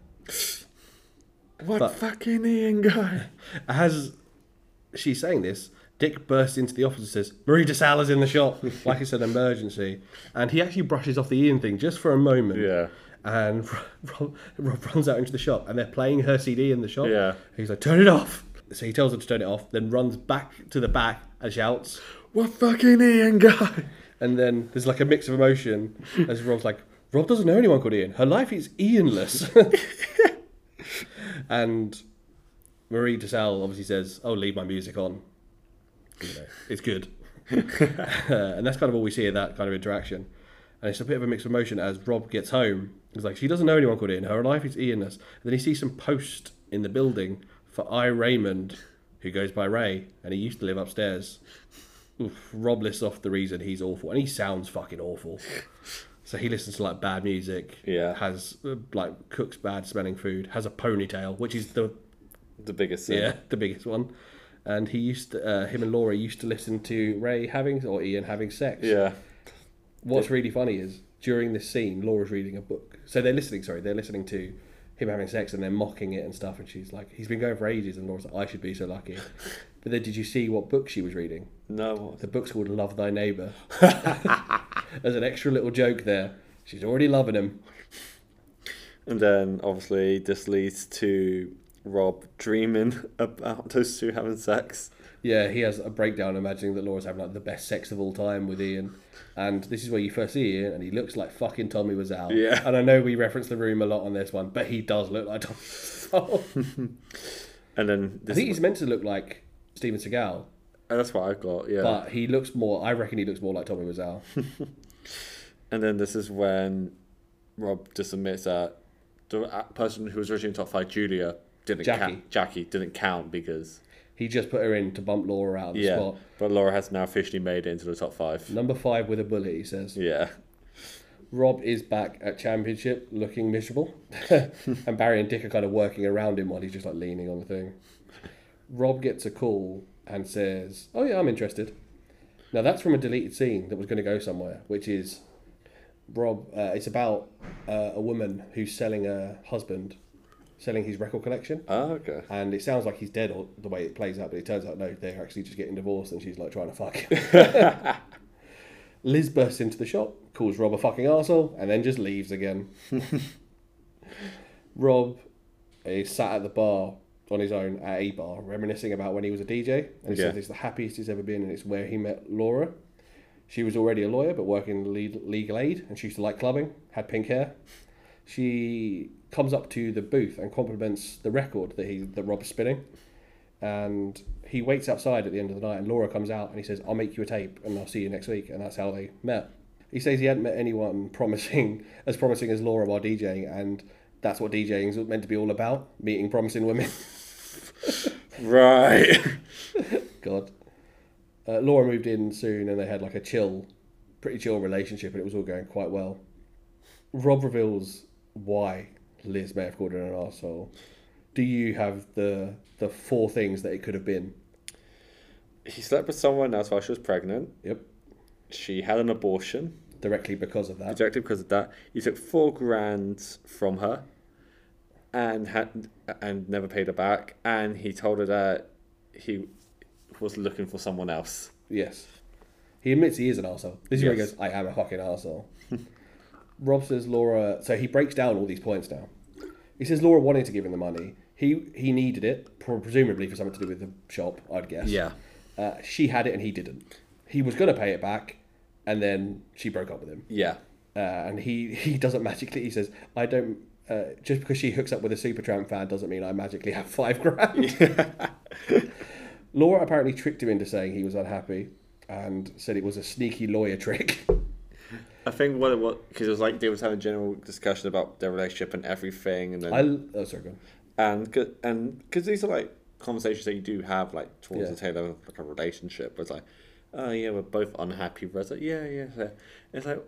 Speaker 2: What
Speaker 1: But-
Speaker 2: fucking Ian guy?
Speaker 1: As she's saying this, Dick bursts into the office and says, Marie DeSala's in the shop, like it's an emergency. And he actually brushes off the Ian thing just for a moment.
Speaker 2: Yeah.
Speaker 1: And Rob, Rob runs out into the shop and they're playing her CD in the shop.
Speaker 2: Yeah.
Speaker 1: He's like, turn it off. So he tells them to turn it off, then runs back to the back and shouts.
Speaker 2: We're fucking Ian guy.
Speaker 1: And then there's like a mix of emotion as Rob's like, Rob doesn't know anyone called Ian. Her life is Ianless. and Marie DeSalle obviously says, Oh, leave my music on. You know, it's good. Uh, and that's kind of all we see of that kind of interaction. And it's a bit of a mix of emotion as Rob gets home. He's like, She doesn't know anyone called Ian. Her life is Ianless. And then he sees some post in the building for I Raymond, who goes by Ray, and he used to live upstairs. Oof, Rob lists off the reason he's awful, and he sounds fucking awful. So he listens to like bad music.
Speaker 2: Yeah.
Speaker 1: Has uh, like cooks bad smelling food. Has a ponytail, which is the
Speaker 2: The biggest thing.
Speaker 1: yeah the biggest one. And he used to, uh, him and Laura used to listen to Ray having or Ian having sex.
Speaker 2: Yeah.
Speaker 1: What's really funny is during this scene, Laura's reading a book. So they're listening. Sorry, they're listening to him having sex, and they're mocking it and stuff. And she's like, "He's been going for ages," and Laura's like, "I should be so lucky." But then, did you see what book she was reading?
Speaker 2: No. what-
Speaker 1: The book's called Love Thy Neighbour. As an extra little joke there. She's already loving him.
Speaker 2: And then obviously this leads to Rob dreaming about those two having sex.
Speaker 1: Yeah, he has a breakdown imagining that Laura's having like the best sex of all time with Ian. And this is where you first see Ian and he looks like fucking Tommy was out.
Speaker 2: Yeah.
Speaker 1: And I know we reference the room a lot on this one, but he does look like Tommy Wiseau.
Speaker 2: And then
Speaker 1: I
Speaker 2: this
Speaker 1: think he's meant to look like Steven Seagal,
Speaker 2: and that's what I got, yeah.
Speaker 1: but he looks more I reckon he looks more like Tommy was out.
Speaker 2: And then this is when Rob just admits that the a- person who was originally in top five, Julia, didn't
Speaker 1: Jackie.
Speaker 2: count. Jackie didn't count because
Speaker 1: he just put her in to bump Laura out of the
Speaker 2: yeah.
Speaker 1: spot.
Speaker 2: But Laura has now officially made it into the top five.
Speaker 1: Number five with a bullet, he says.
Speaker 2: Yeah.
Speaker 1: Rob is back at championship looking miserable. and Barry and Dick are kind of working around him while he's just like leaning on the thing. Rob gets a call and says, Oh, yeah, I'm interested. Now, that's from a deleted scene that was going to go somewhere, which is Rob, uh, it's about uh, a woman who's selling her husband, selling his record collection.
Speaker 2: Oh, okay.
Speaker 1: And it sounds like he's dead or the way it plays out, but it turns out no, they're actually just getting divorced and she's like trying to fuck him. Liz bursts into the shop, calls Rob a fucking arsehole, and then just leaves again. Rob is sat at the bar on his own at a bar, reminiscing about when he was a DJ, and he says
Speaker 2: Yeah.
Speaker 1: it's the happiest he's ever been, and it's where he met Laura. She was already a lawyer, but working in le- legal aid, and she used to like clubbing, had pink hair. She comes up to the booth and compliments the record that he that Rob's spinning, and he waits outside at the end of the night. And Laura comes out and he says, "I'll make you a tape, and I'll see you next week." And that's how they met. He says he hadn't met anyone promising as promising as Laura while DJing, and that's what DJing is meant to be all about: meeting promising women.
Speaker 2: Right.
Speaker 1: God. Uh, Laura moved in soon and they had like a chill, pretty chill relationship and it was all going quite well. Rob reveals why Liz may have called her an asshole. Do you have the the four things that it could have been?
Speaker 2: he slept with someone else while she was pregnant.
Speaker 1: Yep.
Speaker 2: She had an abortion.
Speaker 1: Directly because of that.
Speaker 2: rejected because of that. He took four grand from her, and had and never paid her back. And he told her that he was looking for someone else.
Speaker 1: Yes. He admits he is an arsehole. This is where he
Speaker 2: Yes.
Speaker 1: goes, I am a fucking arsehole. Rob says Laura so he breaks down all these points now. He says Laura wanted to give him the money. He he needed it, pre- presumably for something to do with the shop, I'd guess. Uh, she had it and he didn't. He was going to pay it back, and then she broke up with him.
Speaker 2: yeah,
Speaker 1: Uh, and he he doesn't magically. He says, "I don't." Uh, just because she hooks up with a Supertramp fan doesn't mean I magically have five grand. Laura apparently tricked him into saying he was unhappy, and said it was a sneaky lawyer trick.
Speaker 2: I think what it was because it was like they was having a general discussion about their relationship and everything, and then
Speaker 1: I oh sorry, go on.
Speaker 2: and 'cause- and because these are like conversations that you do have like towards
Speaker 1: Yeah.
Speaker 2: the tail end of like a relationship where it's like oh yeah we're both unhappy but it's like yeah yeah yeah." it's like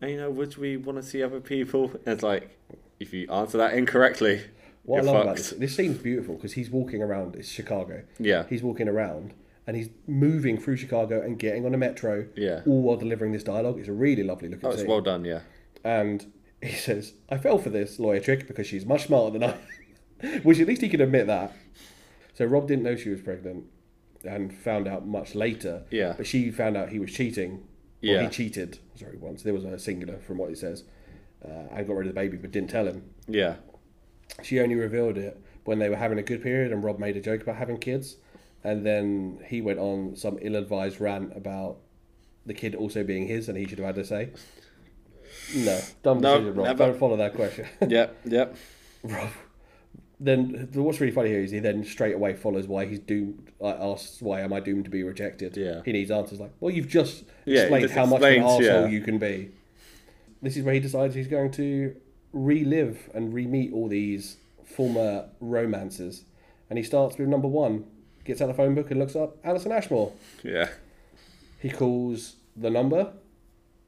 Speaker 2: and, you know would we want to see other people and it's like if you answer that incorrectly
Speaker 1: What I
Speaker 2: you're
Speaker 1: love about this,
Speaker 2: fucked.
Speaker 1: this scene's beautiful because he's walking around. It's Chicago.
Speaker 2: Yeah.
Speaker 1: He's walking around and he's moving through Chicago and getting on a metro.
Speaker 2: Yeah.
Speaker 1: All while delivering this dialogue. It's a really lovely looking
Speaker 2: oh it's
Speaker 1: scene.
Speaker 2: well done yeah
Speaker 1: and he says, "I fell for this lawyer trick because she's much smarter than I," which at least he can admit that. So Rob didn't know she was pregnant, and found out much later.
Speaker 2: Yeah.
Speaker 1: But she found out he was cheating. Or
Speaker 2: Yeah.
Speaker 1: He cheated. Sorry, once there was a singular from what he says, uh, and got rid of the baby, but didn't tell him.
Speaker 2: yeah
Speaker 1: She only revealed it when they were having a good period, and Rob made a joke about having kids, and then he went on some ill-advised rant about the kid also being his, and he should have had a say. No, dumb
Speaker 3: No,
Speaker 1: decision, Rob.
Speaker 3: never.
Speaker 1: Don't follow that question.
Speaker 3: Yep, yep.
Speaker 1: then what's really funny here is he then straight away follows why he's doomed. Like, asks why am I doomed to be rejected?
Speaker 2: Yeah.
Speaker 1: he needs answers like, well, you've just
Speaker 2: Yeah, he
Speaker 1: explained
Speaker 2: just
Speaker 1: how much of an
Speaker 2: explains,
Speaker 1: asshole
Speaker 2: yeah.
Speaker 1: you can be. This is where he decides he's going to relive and re-meet all these former romances, and he starts with number one. Gets out the phone book and looks up Alison Ashmore.
Speaker 2: Yeah.
Speaker 1: He calls the number,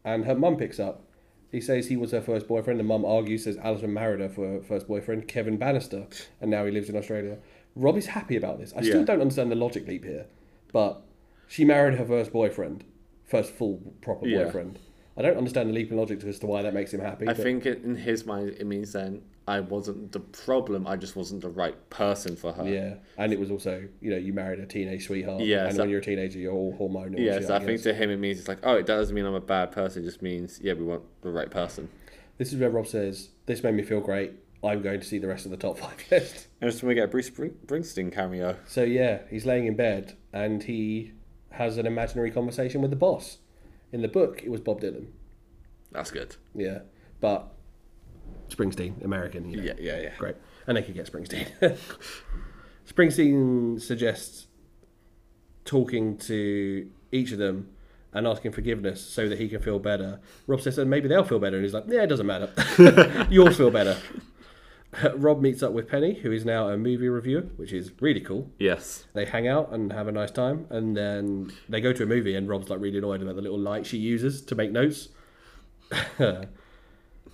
Speaker 1: and her mum picks up. He says he was her first boyfriend. The mum argues, says Alison married her for her first boyfriend, Kevin Bannister, and now he lives in Australia. Rob is happy about this. I still
Speaker 2: Yeah.
Speaker 1: don't understand the logic leap here, but she married her first boyfriend, first full proper
Speaker 2: Yeah.
Speaker 1: boyfriend. I don't understand the leap in logic as to why that makes him happy.
Speaker 2: I
Speaker 1: but
Speaker 2: think it, in his mind, it means then I wasn't the problem. I just wasn't the right person for her.
Speaker 1: yeah, and it was also you know you married a teenage sweetheart,
Speaker 2: Yeah,
Speaker 1: and
Speaker 2: so-
Speaker 1: when you're a teenager you're all hormonal. and
Speaker 2: Yeah,
Speaker 1: shit,
Speaker 2: so I
Speaker 1: guess.
Speaker 2: think to him it means it's like, oh, it doesn't mean I'm a bad person. It just means, yeah, we want the right person.
Speaker 1: this is where Rob says this made me feel great. I'm going to see the rest of the top five list.
Speaker 2: And just when we get a Bruce Spring- Springsteen cameo.
Speaker 1: So yeah, he's laying in bed and he has an imaginary conversation with the boss. In the book, it was Bob Dylan.
Speaker 2: That's good.
Speaker 1: Yeah, but Springsteen, American. You know.
Speaker 2: Yeah, yeah, yeah.
Speaker 1: great. And they could get Springsteen. Springsteen suggests talking to each of them and asking forgiveness so that he can feel better. Rob says, "And maybe they'll feel better." And he's like, "Yeah, it doesn't matter. You'll feel better." Rob meets up with Penny, who is now a movie reviewer, which is really cool
Speaker 2: Yes.
Speaker 1: they hang out and have a nice time and then they go to a movie and rob's like really annoyed about the little light she uses to make notes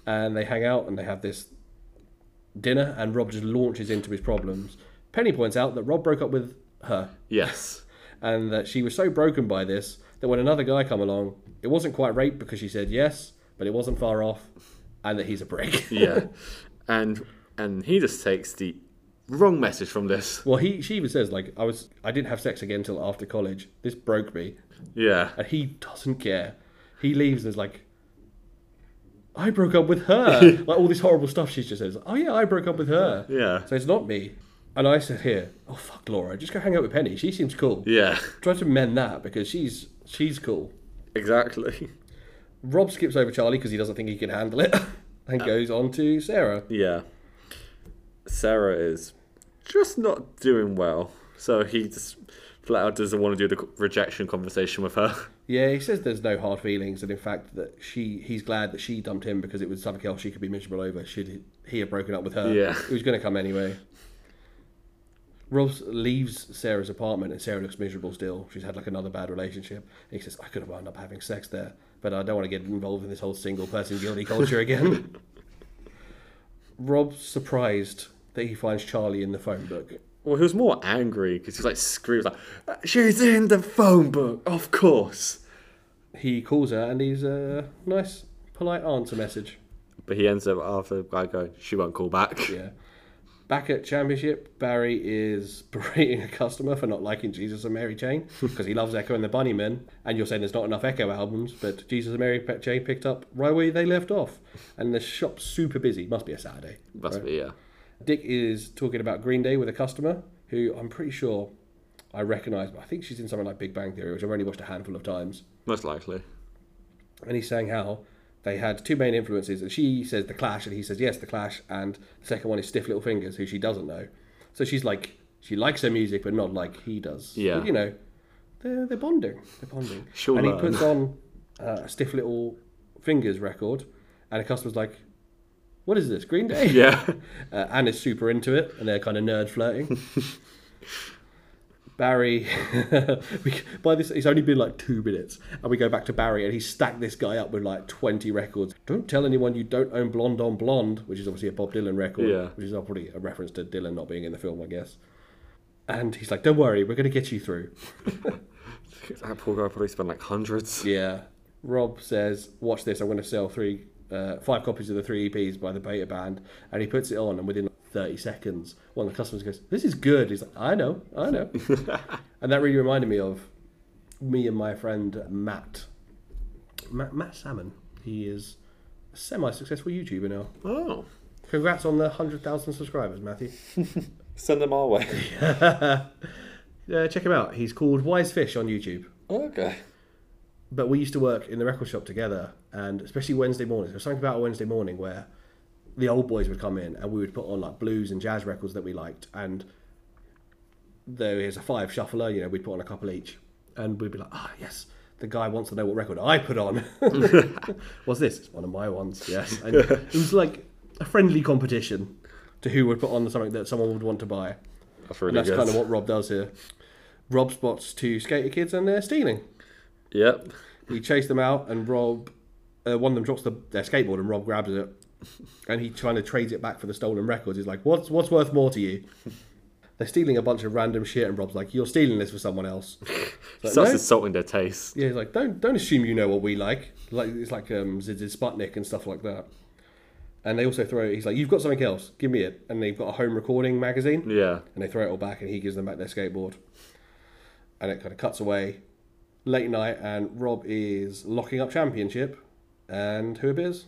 Speaker 1: and they hang out and they have this dinner and rob just launches into his problems penny points out that rob broke up with her
Speaker 2: Yes.
Speaker 1: and that she was so broken by this that when another guy come along it wasn't quite rape because she said yes but it wasn't far off and that he's a prick
Speaker 2: yeah. And and he just takes the wrong message from this.
Speaker 1: well he she even says like i was i didn't have sex again till after college this broke me
Speaker 2: Yeah.
Speaker 1: and he doesn't care. He leaves and is like, I broke up with her. like all this horrible stuff she just says. Oh yeah, I broke up with her.
Speaker 2: Yeah.
Speaker 1: So it's not me. And I said here, oh fuck Laura, just go hang out with Penny. She seems cool.
Speaker 2: Yeah.
Speaker 1: Try to mend that because she's she's cool.
Speaker 2: Exactly.
Speaker 1: Rob skips over Charlie because he doesn't think he can handle it,
Speaker 2: Uh.
Speaker 1: and goes on to Sarah.
Speaker 2: Yeah. Sarah is just not doing well. So he just flat out doesn't want to do the co- rejection conversation with her.
Speaker 1: Yeah, he says there's no hard feelings, and in fact that she he's glad that she dumped him because it was something else she could be miserable over. Should he- he have broken up with her?
Speaker 2: Yeah.
Speaker 1: it was going to come anyway. Rob leaves Sarah's apartment, and Sarah looks miserable still. She's had like another bad relationship. He says, "I could have wound up having sex there, but I don't want to get involved in this whole single person guilty culture again." Rob's surprised that he finds Charlie in the phone book.
Speaker 2: Well, he was more angry because he's like screams like, "She's in the phone book, of course."
Speaker 1: He calls her, and he's a nice, polite answer message.
Speaker 2: But he ends up after the guy going, "She won't call back."
Speaker 1: Yeah. Back at Championship, Barry is berating a customer for not liking Jesus and Mary Chain because he loves Echo and the Bunnymen. And you're saying there's not enough Echo albums, but Jesus and Mary Pe- Chain picked up right where they left off. And the shop's super busy. Must be a Saturday.
Speaker 2: Must be yeah.
Speaker 1: Dick is talking about Green Day with a customer who I'm pretty sure I recognise, but I think she's in something like Big Bang Theory, which I've only watched a handful of times
Speaker 2: Most likely.
Speaker 1: and he's saying how they had two main influences, and she says the Clash, and he says yes, the Clash, and the second one is Stiff Little Fingers, who she doesn't know. So she's like, she likes her music, but not like he does.
Speaker 2: Yeah.
Speaker 1: But, you know, they're they're bonding, they're bonding.
Speaker 2: She'll
Speaker 1: and he
Speaker 2: learn.
Speaker 1: puts on uh, a Stiff Little Fingers record, and the customer's like, "What is this, Green Day?"
Speaker 2: Yeah.
Speaker 1: uh, Anne is super into it, and they're kind of nerd flirting. Barry, we, by this, it's only been like two minutes, and we go back to Barry, and he's stacked this guy up with like 20 records. Don't tell anyone you don't own Blonde on Blonde, which is obviously a Bob Dylan record,
Speaker 2: Yeah.
Speaker 1: which is probably a reference to Dylan not being in the film, I guess. And he's like, Don't worry, we're going to get you through.
Speaker 2: That poor guy probably spent like hundreds.
Speaker 1: Yeah. Rob says, "Watch this. I'm going to sell three, uh, five copies of the three EPs by the Beta Band," and he puts it on, and within 30 seconds, one of the customers goes, "This is good." He's like, "I know, I know," and that really reminded me of me and my friend Matt, Matt, Matt Salmon. He is a semi-successful YouTuber now.
Speaker 2: Oh.
Speaker 1: Congrats on the hundred thousand subscribers, Matthew.
Speaker 2: Send them our way.
Speaker 1: Uh, check him out. He's called Wise Fish on YouTube.
Speaker 3: Okay.
Speaker 1: but we used to work in the record shop together, and especially Wednesday mornings. There was something about a Wednesday morning where the old boys would come in, and we would put on like blues and jazz records that we liked, and there is a five shuffler. You know, we'd put on a couple each, and we'd be like, ah, yes. The guy wants to know what record I put on. What's this? It's one of my ones. Yes, and it was like a friendly competition to who would put on something that someone would want to buy. And
Speaker 2: That's really
Speaker 1: that's
Speaker 2: good.
Speaker 1: kind of what Rob does here. Rob spots two skater kids and they're stealing.
Speaker 2: Yep.
Speaker 1: He chased them out, and Rob, uh, one of them drops the, their skateboard, and Rob grabs it, and he kind of trades it back for the stolen records. He's like, "What's what's worth more to you?" They're stealing a bunch of random shit, and Rob's like, "You're stealing this for someone else." It's like,
Speaker 2: Starts
Speaker 1: "No."
Speaker 2: insulting their taste.
Speaker 1: Yeah, he's like, "Don't don't assume you know what we like." Like it's like um, Ziz's Sputnik and stuff like that. And they also throw. He's like, "You've got something else? Give me it." And they've got a home recording magazine
Speaker 2: Yeah.
Speaker 1: and they throw it all back and he gives them back their skateboard and it kind of cuts away late night and rob is locking up championship and who it is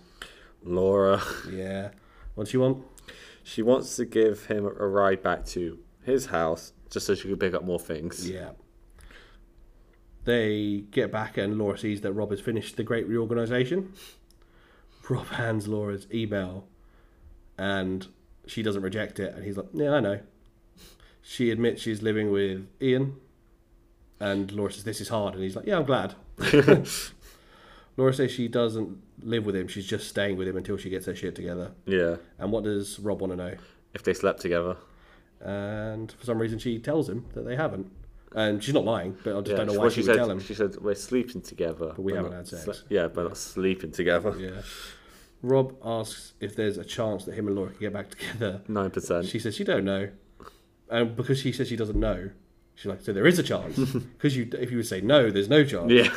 Speaker 2: Laura.
Speaker 1: yeah what do you want
Speaker 2: She wants to give him a ride back to his house just so she can pick up more things.
Speaker 1: yeah they get back and laura sees that rob has finished the great reorganization rob hands laura's email and she doesn't reject it and he's like yeah i know she admits she's living with ian and laura says this is hard and he's like yeah i'm glad Laura says she doesn't live with him, she's just staying with him until she gets her shit together.
Speaker 2: yeah.
Speaker 1: And what does Rob want to know?
Speaker 2: If they slept together.
Speaker 1: And for some reason, she tells him that they haven't. And she's not lying, but I just
Speaker 2: Yeah,
Speaker 1: don't know
Speaker 2: well,
Speaker 1: why she, would
Speaker 2: said,
Speaker 1: tell him.
Speaker 2: She said we're sleeping together, but
Speaker 1: we haven't
Speaker 2: not
Speaker 1: had sex."
Speaker 2: sle- yeah, but not sleeping together.
Speaker 1: Yeah. Rob asks if there's a chance that him and Laura can get back together.
Speaker 2: Nine percent.
Speaker 1: She says she don't know, and because she says she doesn't know, she's like, so there is a chance. Because you, if you would say no, there's no chance.
Speaker 2: Yeah.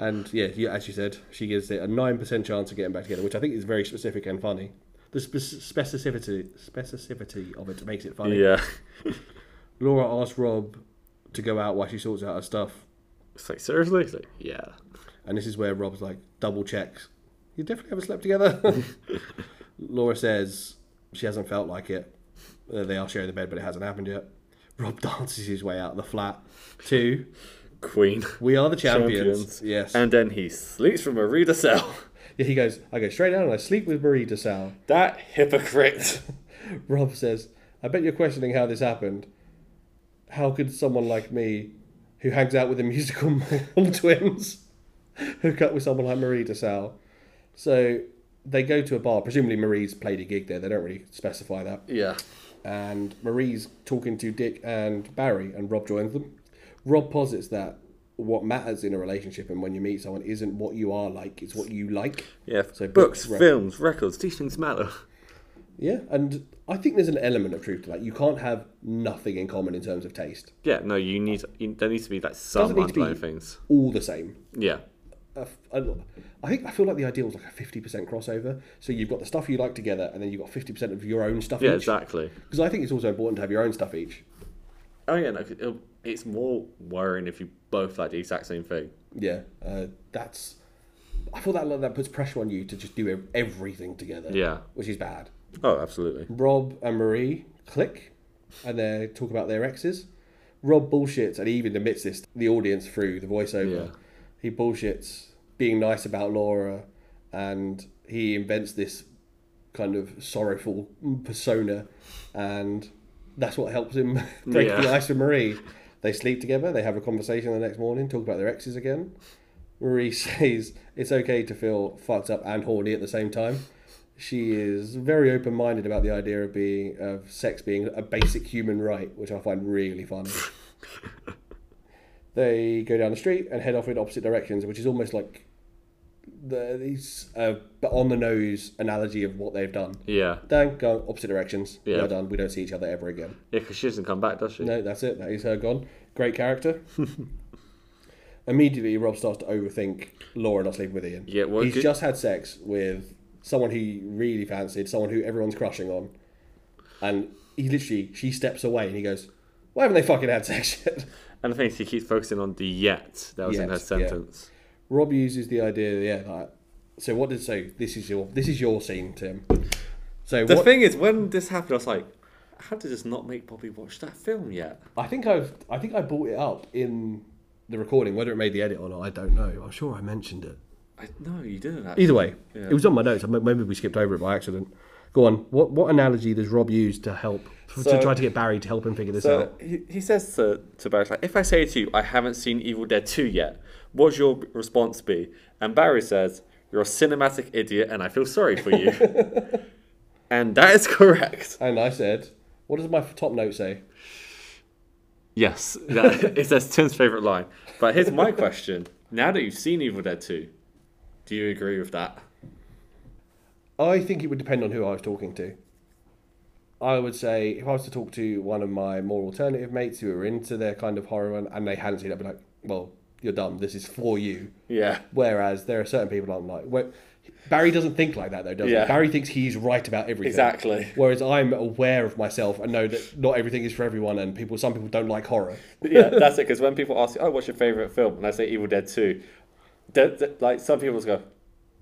Speaker 1: And yeah, you, as you said, she gives it a nine percent chance of getting back together, which I think is very specific and funny. The spe- specificity specificity of it makes it funny.
Speaker 2: Yeah.
Speaker 1: Laura asks Rob to go out while she sorts out her stuff,
Speaker 2: It's like seriously. It's like, yeah.
Speaker 1: and this is where Rob's like double checks. You definitely haven't slept together. Laura says she hasn't felt like it. Uh, They are sharing the bed, but it hasn't happened yet. Rob dances his way out of the flat. Two,
Speaker 2: Queen.
Speaker 1: we are the champions.
Speaker 2: Champions.
Speaker 1: Yes.
Speaker 2: And then he sleeps with Marie de Sel.
Speaker 1: yeah, he goes. I go straight down and I sleep with Marie de Sal.
Speaker 3: That hypocrite.
Speaker 1: Rob says, I bet you're questioning how this happened. How could someone like me, who hangs out with the musical mom twins, hook up with someone like Marie DeSalle? So they go to a bar. Presumably, Marie's played a gig there. They don't really specify that.
Speaker 2: Yeah.
Speaker 1: And Marie's talking to Dick and Barry, and Rob joins them. Rob posits that what matters in a relationship and when you meet someone isn't what you are like, it's what you like.
Speaker 2: Yeah.
Speaker 1: So
Speaker 2: books,
Speaker 1: books, rec-
Speaker 2: films, records, these things matter.
Speaker 1: Yeah, and I think there's an element of truth to that. You can't have nothing in common in terms of taste.
Speaker 2: Yeah. No, you need. You, there needs to be like some
Speaker 1: Doesn't need to be-
Speaker 2: underlying things.
Speaker 1: All the same.
Speaker 2: Yeah.
Speaker 1: A f- a- I think I feel like the ideal is like a fifty percent crossover. So you've got the stuff you like together, and then you've got fifty percent of your own stuff.
Speaker 2: Yeah.
Speaker 1: each.
Speaker 2: Exactly.
Speaker 1: Because I think it's also important to have your own stuff each.
Speaker 2: Oh yeah. No, 'cause it'll- it's more worrying if you both like the exact same thing.
Speaker 1: Yeah, uh, that's. I feel that like, that puts pressure on you to just do ev- everything together.
Speaker 2: Yeah.
Speaker 1: which is bad.
Speaker 2: Oh, absolutely.
Speaker 1: Rob and Marie click, and they talk about their exes. Rob bullshits, and he even admits this to the audience through the voiceover.
Speaker 2: Yeah.
Speaker 1: He bullshits being nice about Laura, and he invents this kind of sorrowful persona, and that's what helps him break the
Speaker 2: Yeah.
Speaker 1: ice with Marie. They sleep together, they have a conversation the next morning, talk about their exes again. Marie says it's okay to feel fucked up and horny at the same time. She is very open minded about the idea of being of sex being a basic human right, which I find really funny. they go down the street and head off in opposite directions, which is almost like the these uh, but on the nose analogy of what they've done.
Speaker 2: Yeah.
Speaker 1: They go opposite directions.
Speaker 2: Yeah.
Speaker 1: Well done. We don't see each other ever again.
Speaker 2: Yeah, because she doesn't come back, does she?
Speaker 1: No, that's it. That is her gone. Great character. Immediately, Rob starts to overthink Laura not sleeping with Ian.
Speaker 2: Yeah, well,
Speaker 1: he's
Speaker 2: could-
Speaker 1: just had sex with someone he really fancied, someone who everyone's crushing on, and he literally she steps away and he goes, "Why haven't they fucking had sex yet?"
Speaker 2: And the thing is, he keeps focusing on the yet that was in
Speaker 1: Yet,
Speaker 2: her
Speaker 1: yeah.
Speaker 2: sentence.
Speaker 1: Rob uses the idea, yeah, like, so what did so this is your this is your scene, Tim. So
Speaker 2: The
Speaker 1: what,
Speaker 2: thing is, when this happened, I was like, How did this not make Bobby watch that film yet?
Speaker 1: I think I've I think I brought it up in the recording. Whether it made the edit or not, I don't know. I'm sure I mentioned it.
Speaker 2: I no, you didn't. Actually.
Speaker 1: Either way, it was on my notes. I m- Maybe we skipped over it by accident. Go on. What what analogy does Rob use to help to
Speaker 2: So-
Speaker 1: try to get Barry to help him figure this
Speaker 2: So
Speaker 1: out?
Speaker 2: he, he says to, to Barry, like, if I say to you, I haven't seen Evil Dead 2 yet, what's your response be? And Barry says, You're a cinematic idiot and I feel sorry for you. and that is correct.
Speaker 1: And I said, what does my top note say?
Speaker 2: Yes, that, it says Tim's favourite line. But here's my question Now that you've seen Evil Dead 2, do you agree with that?
Speaker 1: I think it would depend on who I was talking to. I would say if I was to talk to one of my more alternative mates who are into their kind of horror and, and they hadn't seen it, I'd be like, well, you're dumb. This is for you.
Speaker 2: Yeah.
Speaker 1: Whereas there are certain people I'm like, well, Barry doesn't think like that though, does
Speaker 2: Yeah.
Speaker 1: he? Barry thinks he's right about everything.
Speaker 2: Exactly.
Speaker 1: Whereas I'm aware of myself and know that not everything is for everyone, and people, some people don't like horror.
Speaker 2: yeah, that's it. Because when people ask, you, "Oh, what's your favorite film?" and I say Evil Dead Two, de- de- like some people just go,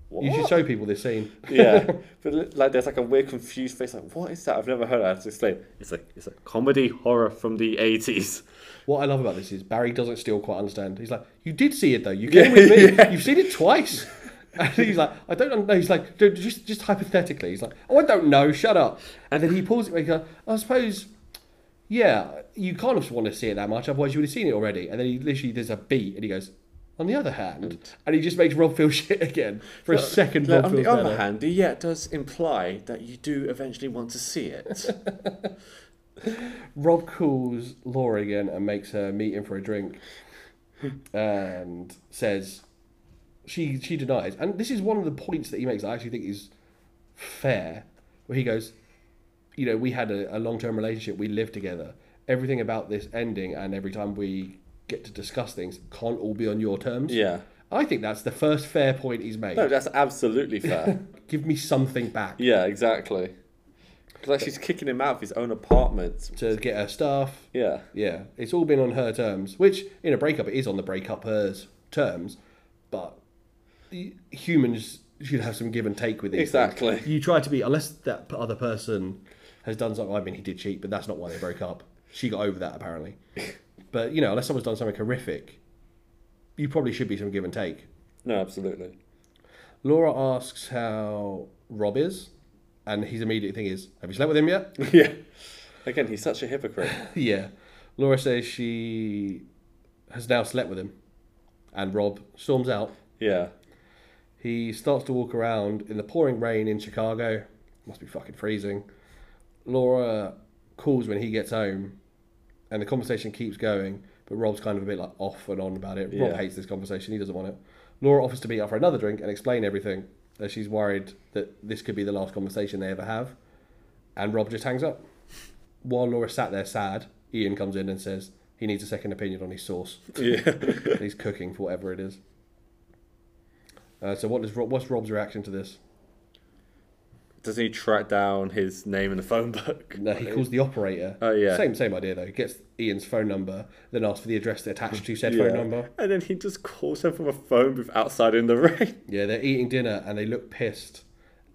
Speaker 2: "What?"
Speaker 1: You should show people this scene.
Speaker 2: yeah, but li- like there's like a weird confused face, like, "What is that?" I've never heard. It. I have to explain. It's like it's like comedy horror from the eighties.
Speaker 1: What I love about this is Barry doesn't still quite understand. He's like, "You did see it though. You came with me. You've seen it twice." And he's like, "I don't know." He's like, "Dude, just just hypothetically." He's like, "Oh, I don't know. Shut up." And then he pulls it. back, He's like, "I suppose, yeah, you can't have want to see it that much. Otherwise, you would have seen it already." And then he literally there's a beat, and he goes. On the other hand, and he just makes Rob feel shit again for a second. Rob
Speaker 2: on
Speaker 1: feels
Speaker 2: the other
Speaker 1: better.
Speaker 2: hand, the yeah does imply that you do eventually want to see it.
Speaker 1: Rob calls Laura again and makes her meet him for a drink, and says she she denies. And this is one of the points that he makes that I actually think is fair, where he goes, you know, we had a, a long term relationship, we lived together. Everything about this ending and every time we get to discuss things can't all be on your terms.
Speaker 2: yeah,
Speaker 1: I think that's the first fair point he's made.
Speaker 2: no, that's absolutely fair.
Speaker 1: Give me something back
Speaker 2: yeah, exactly. 'Cause, like she's kicking him out of his own apartment.
Speaker 1: to get her stuff.
Speaker 2: Yeah.
Speaker 1: Yeah, it's all been on her terms, which in a breakup it is on the breakup her's terms, but y- humans should have some give and take with these. things.
Speaker 2: Exactly.
Speaker 1: You try to be unless that p- other person has done something. I mean, he did cheat, but that's not why they broke up. She got over that apparently. but you know, unless someone's done something horrific, you probably should be some give and take.
Speaker 2: No, absolutely.
Speaker 1: Laura asks how Rob is, and his immediate thing is, "Have you slept with him yet?"
Speaker 2: yeah. Again, he's such a hypocrite.
Speaker 1: Yeah. Laura says she has now slept with him. And Rob storms out.
Speaker 2: Yeah.
Speaker 1: He starts to walk around in the pouring rain in Chicago. Must be fucking freezing. Laura calls when he gets home. And the conversation keeps going. But Rob's kind of a bit like off and on about it. Rob
Speaker 2: Yeah.
Speaker 1: hates this conversation. He doesn't want it. Laura offers to meet up for another drink and explain everything. That she's worried that this could be the last conversation they ever have. And Rob just hangs up. While Laura sat there sad, Ian comes in and says he needs a second opinion on his sauce.
Speaker 2: Yeah.
Speaker 1: He's cooking for whatever it is. Uh, so what does Rob, what's Rob's reaction to this?
Speaker 2: Doesn't he track down his name in the phone book?
Speaker 1: No, he calls the operator.
Speaker 2: Oh, yeah.
Speaker 1: Same same idea though. He gets Ian's phone number, then asks for the address attached to said
Speaker 2: Yeah.
Speaker 1: phone number.
Speaker 2: And then he just calls him from a phone booth outside in the rain.
Speaker 1: Yeah, they're eating dinner and they look pissed,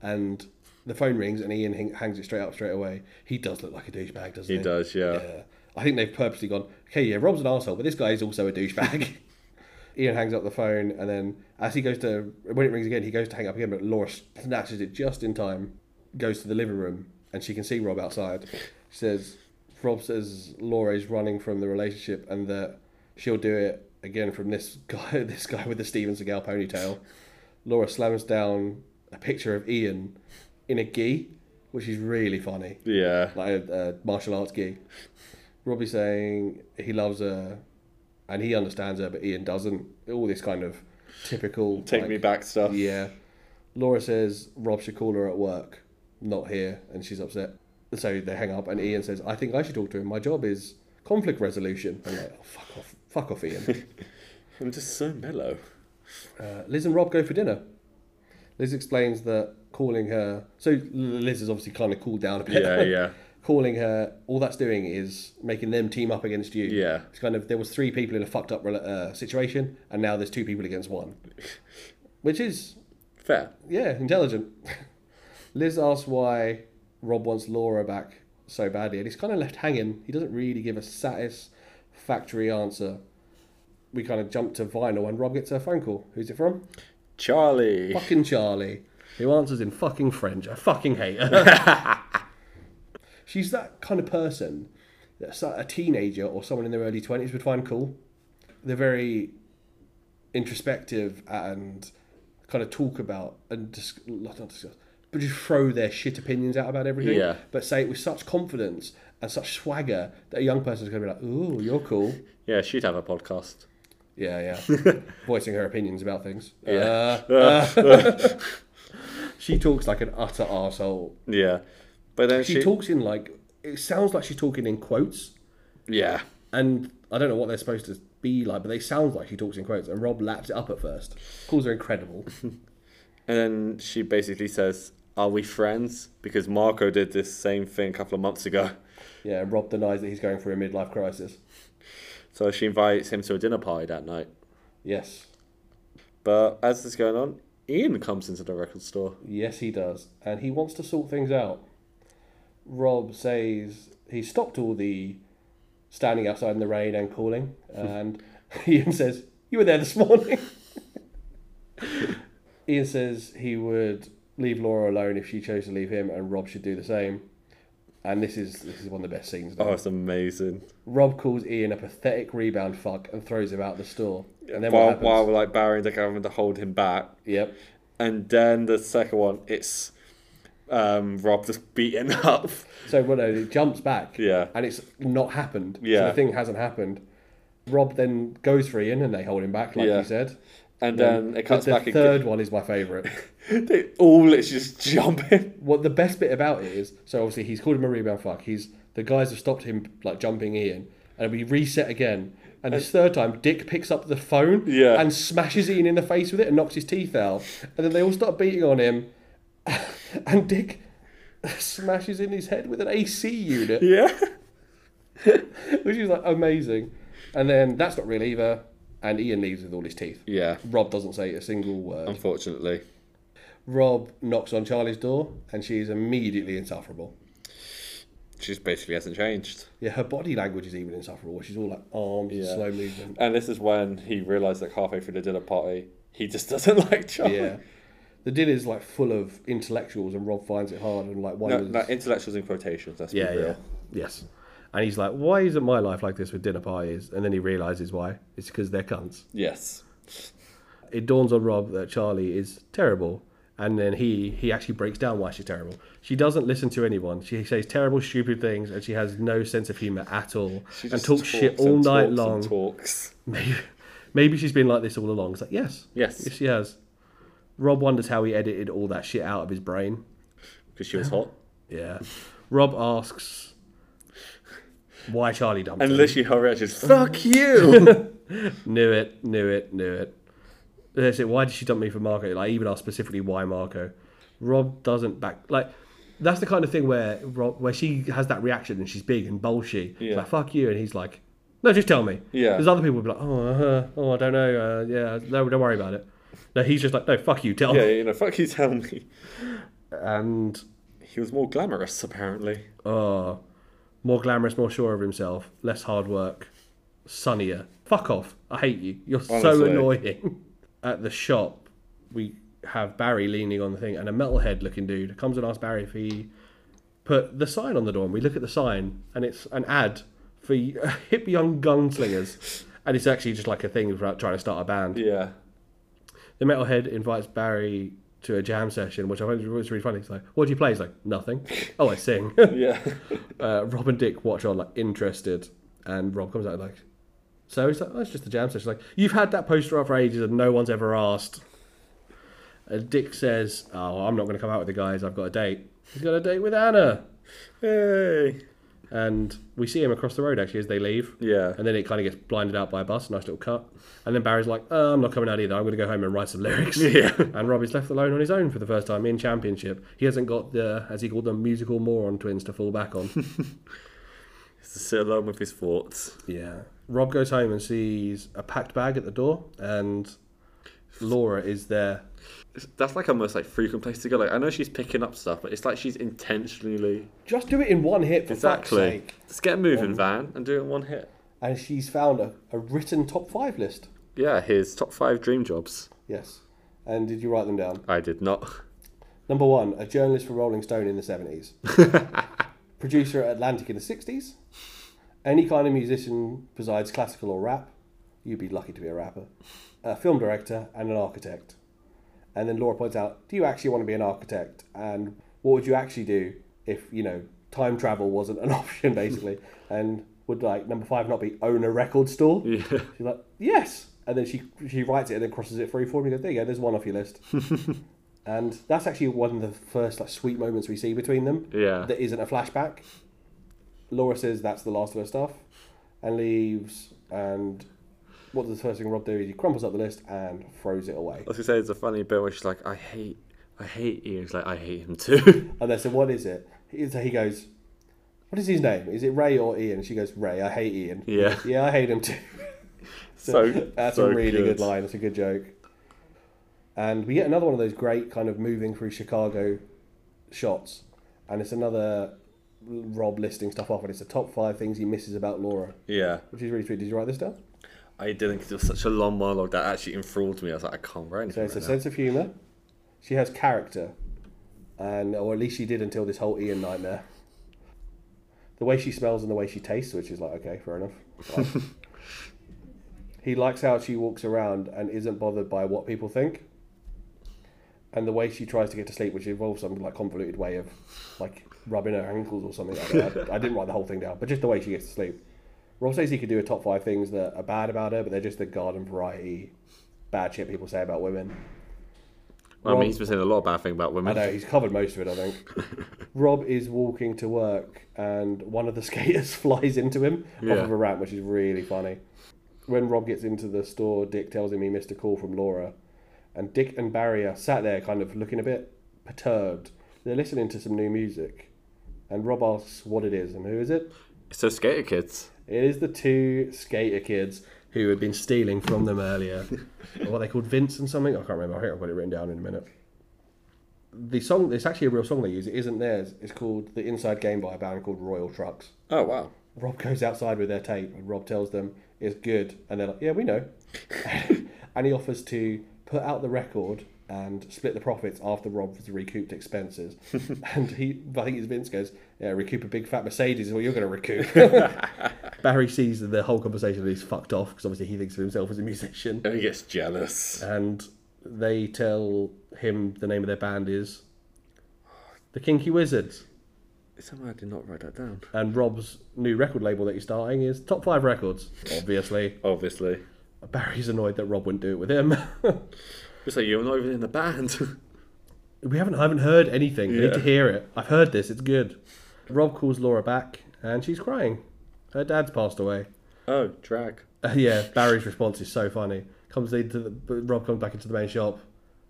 Speaker 1: and the phone rings and Ian hang- hangs it straight up straight away. He does look like a douchebag, doesn't he?
Speaker 2: He does, yeah.
Speaker 1: Yeah. I think they've purposely gone, okay, yeah, Rob's an asshole, but this guy is also a douchebag. Ian hangs up the phone, and then as he goes to, when it rings again, he goes to hang up again, but Laura snatches it just in time, goes to the living room, and she can see Rob outside. She says, Rob says Laura is running from the relationship and that she'll do it again from this guy, this guy with the Steven Seagal ponytail. Laura slams down a picture of Ian in a gi, which is really funny
Speaker 2: Yeah.
Speaker 1: like a, a martial arts gig. Robbie saying he loves her, and he understands her, but Ian doesn't. All this kind of typical
Speaker 2: Take
Speaker 1: like,
Speaker 2: me back stuff.
Speaker 1: Yeah. Laura says Rob should call her at work, not here, and she's upset. So they hang up, and Ian says, "I think I should talk to him. My job is conflict resolution." I'm like, oh, "Fuck off, fuck off, Ian."
Speaker 2: I'm just so mellow.
Speaker 1: Uh, Liz and Rob go for dinner. Liz explains that calling her. So Liz has obviously kind of cooled down a bit.
Speaker 2: Yeah, yeah.
Speaker 1: calling her all that's doing is making them team up against you
Speaker 2: Yeah.
Speaker 1: it's kind of there was three people in a fucked up rela- uh, situation and now there's two people against one which is
Speaker 2: Fair.
Speaker 1: yeah intelligent liz asks why rob wants laura back so badly, and he's kind of left hanging. He doesn't really give a satisfactory answer. We kind of jump to vinyl, and Rob gets a phone call. Who's it from?
Speaker 2: Charlie.
Speaker 1: fucking Charlie, who answers in fucking French. I fucking hate her. She's that kind of person that so- a teenager or someone in their early 20s would find cool. They're very introspective and kind of talk about and dis- not not discuss, but just throw their shit opinions out about everything.
Speaker 2: Yeah.
Speaker 1: But say it with such confidence and such swagger that a young person's going to be like, ooh, you're cool.
Speaker 2: Yeah, she'd have a podcast.
Speaker 1: Yeah, yeah. Voicing her opinions about things.
Speaker 2: Yeah.
Speaker 1: Uh, she talks like an utter arsehole.
Speaker 2: Yeah. But then
Speaker 1: She,
Speaker 2: she,
Speaker 1: talks in like it sounds like she's talking in quotes,
Speaker 2: Yeah.
Speaker 1: and I don't know what they're supposed to be like, but they sound like she talks in quotes. And Rob laps it up at first, calls her incredible.
Speaker 2: And then she basically says, Are we friends? Because Marco did this same thing a couple of months ago.
Speaker 1: yeah, and Rob denies that he's going through a midlife crisis.
Speaker 2: So she invites him to a dinner party that night.
Speaker 1: Yes,
Speaker 2: But as this is going on, Ian comes into the record store.
Speaker 1: yes, he does, and he wants to sort things out. Rob says he stopped all the standing outside in the rain and calling, and Ian says, "You were there this morning." Ian says he would leave Laura alone if she chose to leave him, and Rob should do the same. And this is this is one of the best scenes.
Speaker 2: Oh, it's amazing.
Speaker 1: Rob calls Ian a pathetic rebound fuck and throws him out the store. And then what
Speaker 2: while,
Speaker 1: happens?
Speaker 2: while like Barry and Dick are having to hold him back.
Speaker 1: Yep.
Speaker 2: And then the second one, it's um, Rob just beaten up.
Speaker 1: So well, no, it jumps back.
Speaker 2: Yeah.
Speaker 1: And it's not happened. So
Speaker 2: Yeah.
Speaker 1: the thing hasn't happened. Rob then goes for Ian and they hold him back, like
Speaker 2: Yeah.
Speaker 1: you said.
Speaker 2: And then it cuts
Speaker 1: the
Speaker 2: back
Speaker 1: third one is my favourite.
Speaker 2: again. They all literally just jumping.
Speaker 1: what the best bit about it is, so obviously he's called him a rebound fuck. He's the guys have stopped him like jumping Ian, and we reset again. And this third time, Dick picks up the phone
Speaker 2: Yeah.
Speaker 1: and smashes Ian in the face with it and knocks his teeth out. And then they all start beating on him, and Dick smashes in his head with an AC unit.
Speaker 2: Yeah.
Speaker 1: which is like amazing. And then that's not real either. And Ian leaves with all his teeth.
Speaker 2: Yeah,
Speaker 1: Rob doesn't say a single word.
Speaker 2: unfortunately.
Speaker 1: Rob knocks on Charlie's door, and she is immediately insufferable.
Speaker 2: She basically hasn't changed.
Speaker 1: Yeah, her body language is even insufferable. She's all like arms, and
Speaker 2: Yeah.
Speaker 1: slow movement.
Speaker 2: And this is when he realised that halfway through the dinner party, he just doesn't like Charlie.
Speaker 1: Yeah, the dinner is like full of intellectuals, and Rob finds it hard and like
Speaker 2: No,
Speaker 1: wonders.
Speaker 2: no, intellectuals in quotations, that's
Speaker 1: yeah, yeah, yes. And he's like, "Why isn't my life like this with dinner parties?" And then he realizes why. It's because they're cunts.
Speaker 2: Yes.
Speaker 1: it dawns on Rob that Charlie is terrible, and then he he actually breaks down why she's terrible. She doesn't listen to anyone. She says terrible, stupid things, and she has no sense of humor at all,
Speaker 2: She
Speaker 1: and
Speaker 2: just
Speaker 1: talks shit
Speaker 2: and
Speaker 1: all night
Speaker 2: talks and
Speaker 1: long.
Speaker 2: talks.
Speaker 1: Maybe, maybe she's been like this all along. It's like yes,
Speaker 2: Yes.
Speaker 1: yes, she has. Rob wonders how he edited all that shit out of his brain.
Speaker 2: Because she was hot.
Speaker 1: Yeah. Rob asks why Charlie dumped
Speaker 2: And
Speaker 1: him.
Speaker 2: literally her reaction is, fuck you!
Speaker 1: Knew it, knew it, knew it. They say, why did she dump me for Marco? Like, even asked specifically why Marco. Rob doesn't back. Like, that's the kind of thing where Rob, where she has that reaction and she's big and bolshy. She's
Speaker 2: Yeah.
Speaker 1: Like, fuck you. And he's like, no, just tell me.
Speaker 2: Yeah.
Speaker 1: There's other people who'd be like, oh, uh, oh, I don't know. Uh, yeah, no, don't worry about it. No, he's just like, no, fuck you, tell
Speaker 2: yeah,
Speaker 1: me.
Speaker 2: you know, fuck you, tell me.
Speaker 1: And
Speaker 2: He was more glamorous, apparently.
Speaker 1: oh, more glamorous, more sure of himself, less hard work, sunnier. Fuck off. I hate you. You're so
Speaker 2: Honestly.
Speaker 1: annoying. At the shop, we have Barry leaning on the thing, and a metalhead looking dude comes and asks Barry if he put the sign on the door. And we look at the sign, and it's an ad for hip young gunslingers. And it's actually just like a thing about trying to start a band
Speaker 2: Yeah.
Speaker 1: the metalhead invites Barry to a jam session, which I find was really funny. He's like, "What do you play?" He's like, "Nothing." oh, I sing.
Speaker 2: Yeah.
Speaker 1: uh, Rob and Dick watch on like interested, and Rob comes out like, "So he's like, oh, it's just a jam session." Like, you've had that poster up for ages, and no one's ever asked. And Dick says, "Oh, I'm not going to come out with the guys. I've got a date. He's got a date with Anna."
Speaker 2: Hey.
Speaker 1: And we see him across the road actually as they leave.
Speaker 2: Yeah.
Speaker 1: And then it kind of gets blinded out by a bus, nice little cut. And then Barry's like, oh, I'm not coming out either. I'm going to go home and write some lyrics.
Speaker 2: Yeah.
Speaker 1: And Rob is left alone on his own for the first time in Championship. He hasn't got the, as he called them, musical moron twins to fall back on.
Speaker 2: Just to sit alone with his thoughts.
Speaker 1: yeah. Rob goes home and sees a packed bag at the door and Laura is there.
Speaker 2: That's like our most like frequent place to go. Like I know she's picking up stuff, but it's like she's intentionally
Speaker 1: Just do it in one hit for fuck's
Speaker 2: exactly. Um,
Speaker 1: sake.
Speaker 2: Let's get a moving van and do it in one hit.
Speaker 1: And she's found a, a written top five list.
Speaker 2: Yeah, his top five dream jobs.
Speaker 1: Yes. And did you write them down?
Speaker 2: I did not.
Speaker 1: Number one, a journalist for Rolling Stone in the 70s. Producer at Atlantic in the 60s. Any kind of musician besides classical or rap. You'd be lucky to be a rapper. A film director and an architect. And then Laura points out, do you actually want to be an architect? And what would you actually do if, you know, time travel wasn't an option, basically? and would, like, number five not be own a record store?
Speaker 2: Yeah.
Speaker 1: She's like, yes. And then she she writes it and then crosses it through for me. Goes, there you go. There's one off your list. and that's actually one of the first like sweet moments we see between them.
Speaker 2: Yeah.
Speaker 1: That isn't a flashback. Laura says that's the last of her stuff, and leaves. And what does the first thing Rob do? Is he crumples up the list and throws it away.
Speaker 2: I was gonna say there's a funny bit where she's like, I hate I hate you. He's like, I hate him too.
Speaker 1: And they said, what is it? He- So he goes, what is his name? Is it Ray or Ian? She goes, Ray. I hate Ian. He
Speaker 2: Yeah.
Speaker 1: goes, yeah, I hate him too.
Speaker 2: so
Speaker 1: That's
Speaker 2: so
Speaker 1: a really good. line. That's a good joke. And we get another one of those great kind of moving through Chicago shots, and it's another Rob listing stuff off, and it's the top five things he misses about Laura,
Speaker 2: Yeah.
Speaker 1: which is really sweet. Did you write this down?
Speaker 2: I didn't because it was such a long monologue that actually enthralled me. I was like, I can't write
Speaker 1: So
Speaker 2: anything.
Speaker 1: it's a
Speaker 2: right now.
Speaker 1: sense of humor. She has character, and or at least she did until this whole Ian nightmare. The way she smells and the way she tastes, which is like okay, fair enough. Fine. he likes how she walks around and isn't bothered by what people think, and the way she tries to get to sleep, which involves some like convoluted way of like rubbing her ankles or something. I, don't know. I didn't write the whole thing down, but just the way she gets to sleep. Rob says he could do a top five things that are bad about her, but they're just the garden variety bad shit people say about women.
Speaker 2: Well, I
Speaker 1: Rob-
Speaker 2: mean, he's been saying a lot of bad things about
Speaker 1: I
Speaker 2: women.
Speaker 1: know he's covered most of it. I think. Rob is walking to work, and one of the skaters flies into him off
Speaker 2: Yeah.
Speaker 1: of a ramp, which is really funny. When Rob gets into the store, Dick tells him he missed a call from Laura, and Dick and Barry are sat there, kind of looking a bit perturbed. They're listening to some new music, and Rob asks what it is and who is it.
Speaker 2: So skater kids.
Speaker 1: It is the two skater kids who had been stealing from them earlier. what they called Vince and something? I can't remember. I think I'll put it written down in a minute. The song, it's actually a real song they use. It isn't theirs. It's called The Inside Game by a band called Royal Trucks.
Speaker 2: Oh wow.
Speaker 1: Rob goes outside with their tape and Rob tells them it's good. And they're like, yeah, we know. and he offers to put out the record and split the profits after Rob has recouped expenses. and he, I think it's Vince goes, yeah, recoup a big fat Mercedes is what you're going to recoup. Barry sees the whole conversation and he's fucked off because obviously he thinks of himself as a musician.
Speaker 2: And he gets jealous.
Speaker 1: And they tell him the name of their band is The Kinky Wizards.
Speaker 2: Somehow I did not write that down.
Speaker 1: And Rob's new record label that he's starting is Top 5 Records, obviously.
Speaker 2: Obviously.
Speaker 1: Barry's annoyed that Rob wouldn't do it with him.
Speaker 2: It's like you're not even in the band.
Speaker 1: we haven't, I haven't heard anything. I need to
Speaker 2: Yeah.
Speaker 1: hear it. I've heard this. It's good. Rob calls Laura back, and she's crying. Her dad's passed away.
Speaker 2: oh, drag.
Speaker 1: Uh, yeah, Barry's response is so funny. Comes into the, but Rob comes back into the main shop.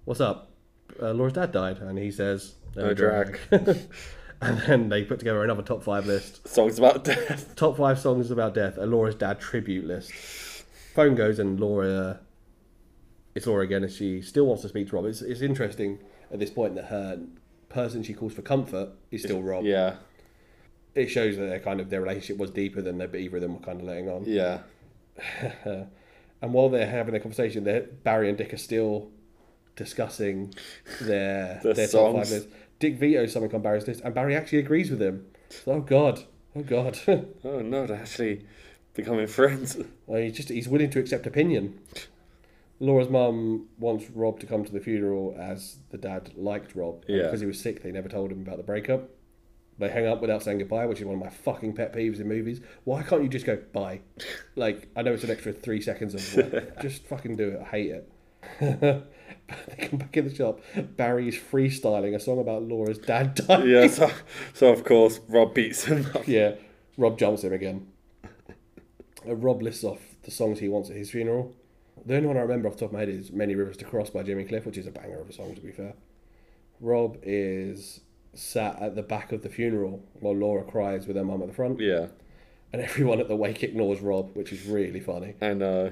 Speaker 1: What's up? Uh, Laura's dad died, and he says
Speaker 2: No drag.
Speaker 1: and then they put together another top five list.
Speaker 2: Songs about death.
Speaker 1: Top five songs about death, a Laura's dad tribute list. Phone goes and Laura, it's Laura again, and she still wants to speak to Rob. It's, it's interesting at this point that her person she calls for comfort is still Rob.
Speaker 2: Yeah.
Speaker 1: It shows that their kind of their relationship was deeper than they, either of them were kind of letting on.
Speaker 2: Yeah.
Speaker 1: And while they're having a conversation, they're, Barry and Dick are still discussing their
Speaker 2: The
Speaker 1: their top
Speaker 2: songs.
Speaker 1: five list. Dick vetoes something on Barry's list, and Barry actually agrees with him. Oh God, oh God.
Speaker 2: Oh no, they're actually becoming friends.
Speaker 1: Well, Uh, he's just he's willing to accept opinion. Laura's mum wants Rob to come to the funeral as the dad liked Rob. and
Speaker 2: Yeah.
Speaker 1: Because he was sick, they never told him about the breakup. They hang up without saying goodbye, which is one of my fucking pet peeves in movies. Why can't you just go bye? Like I know it's an extra three seconds of like, just fucking do it. I hate it. but they come back in the shop. Barry is freestyling a song about Laura's dad dying.
Speaker 2: yeah. So, so of course Rob beats him. up.
Speaker 1: Yeah, Rob jumps him again. Uh, Rob lists off the songs he wants at his funeral. The only one I remember off the top of my head is Many Rivers to Cross by Jimmy Cliff, which is a banger of a song, to be fair. Rob is sat at the back of the funeral while Laura cries with her mum at the front,
Speaker 2: Yeah.
Speaker 1: and everyone at the wake ignores Rob, which is really funny.
Speaker 2: And uh,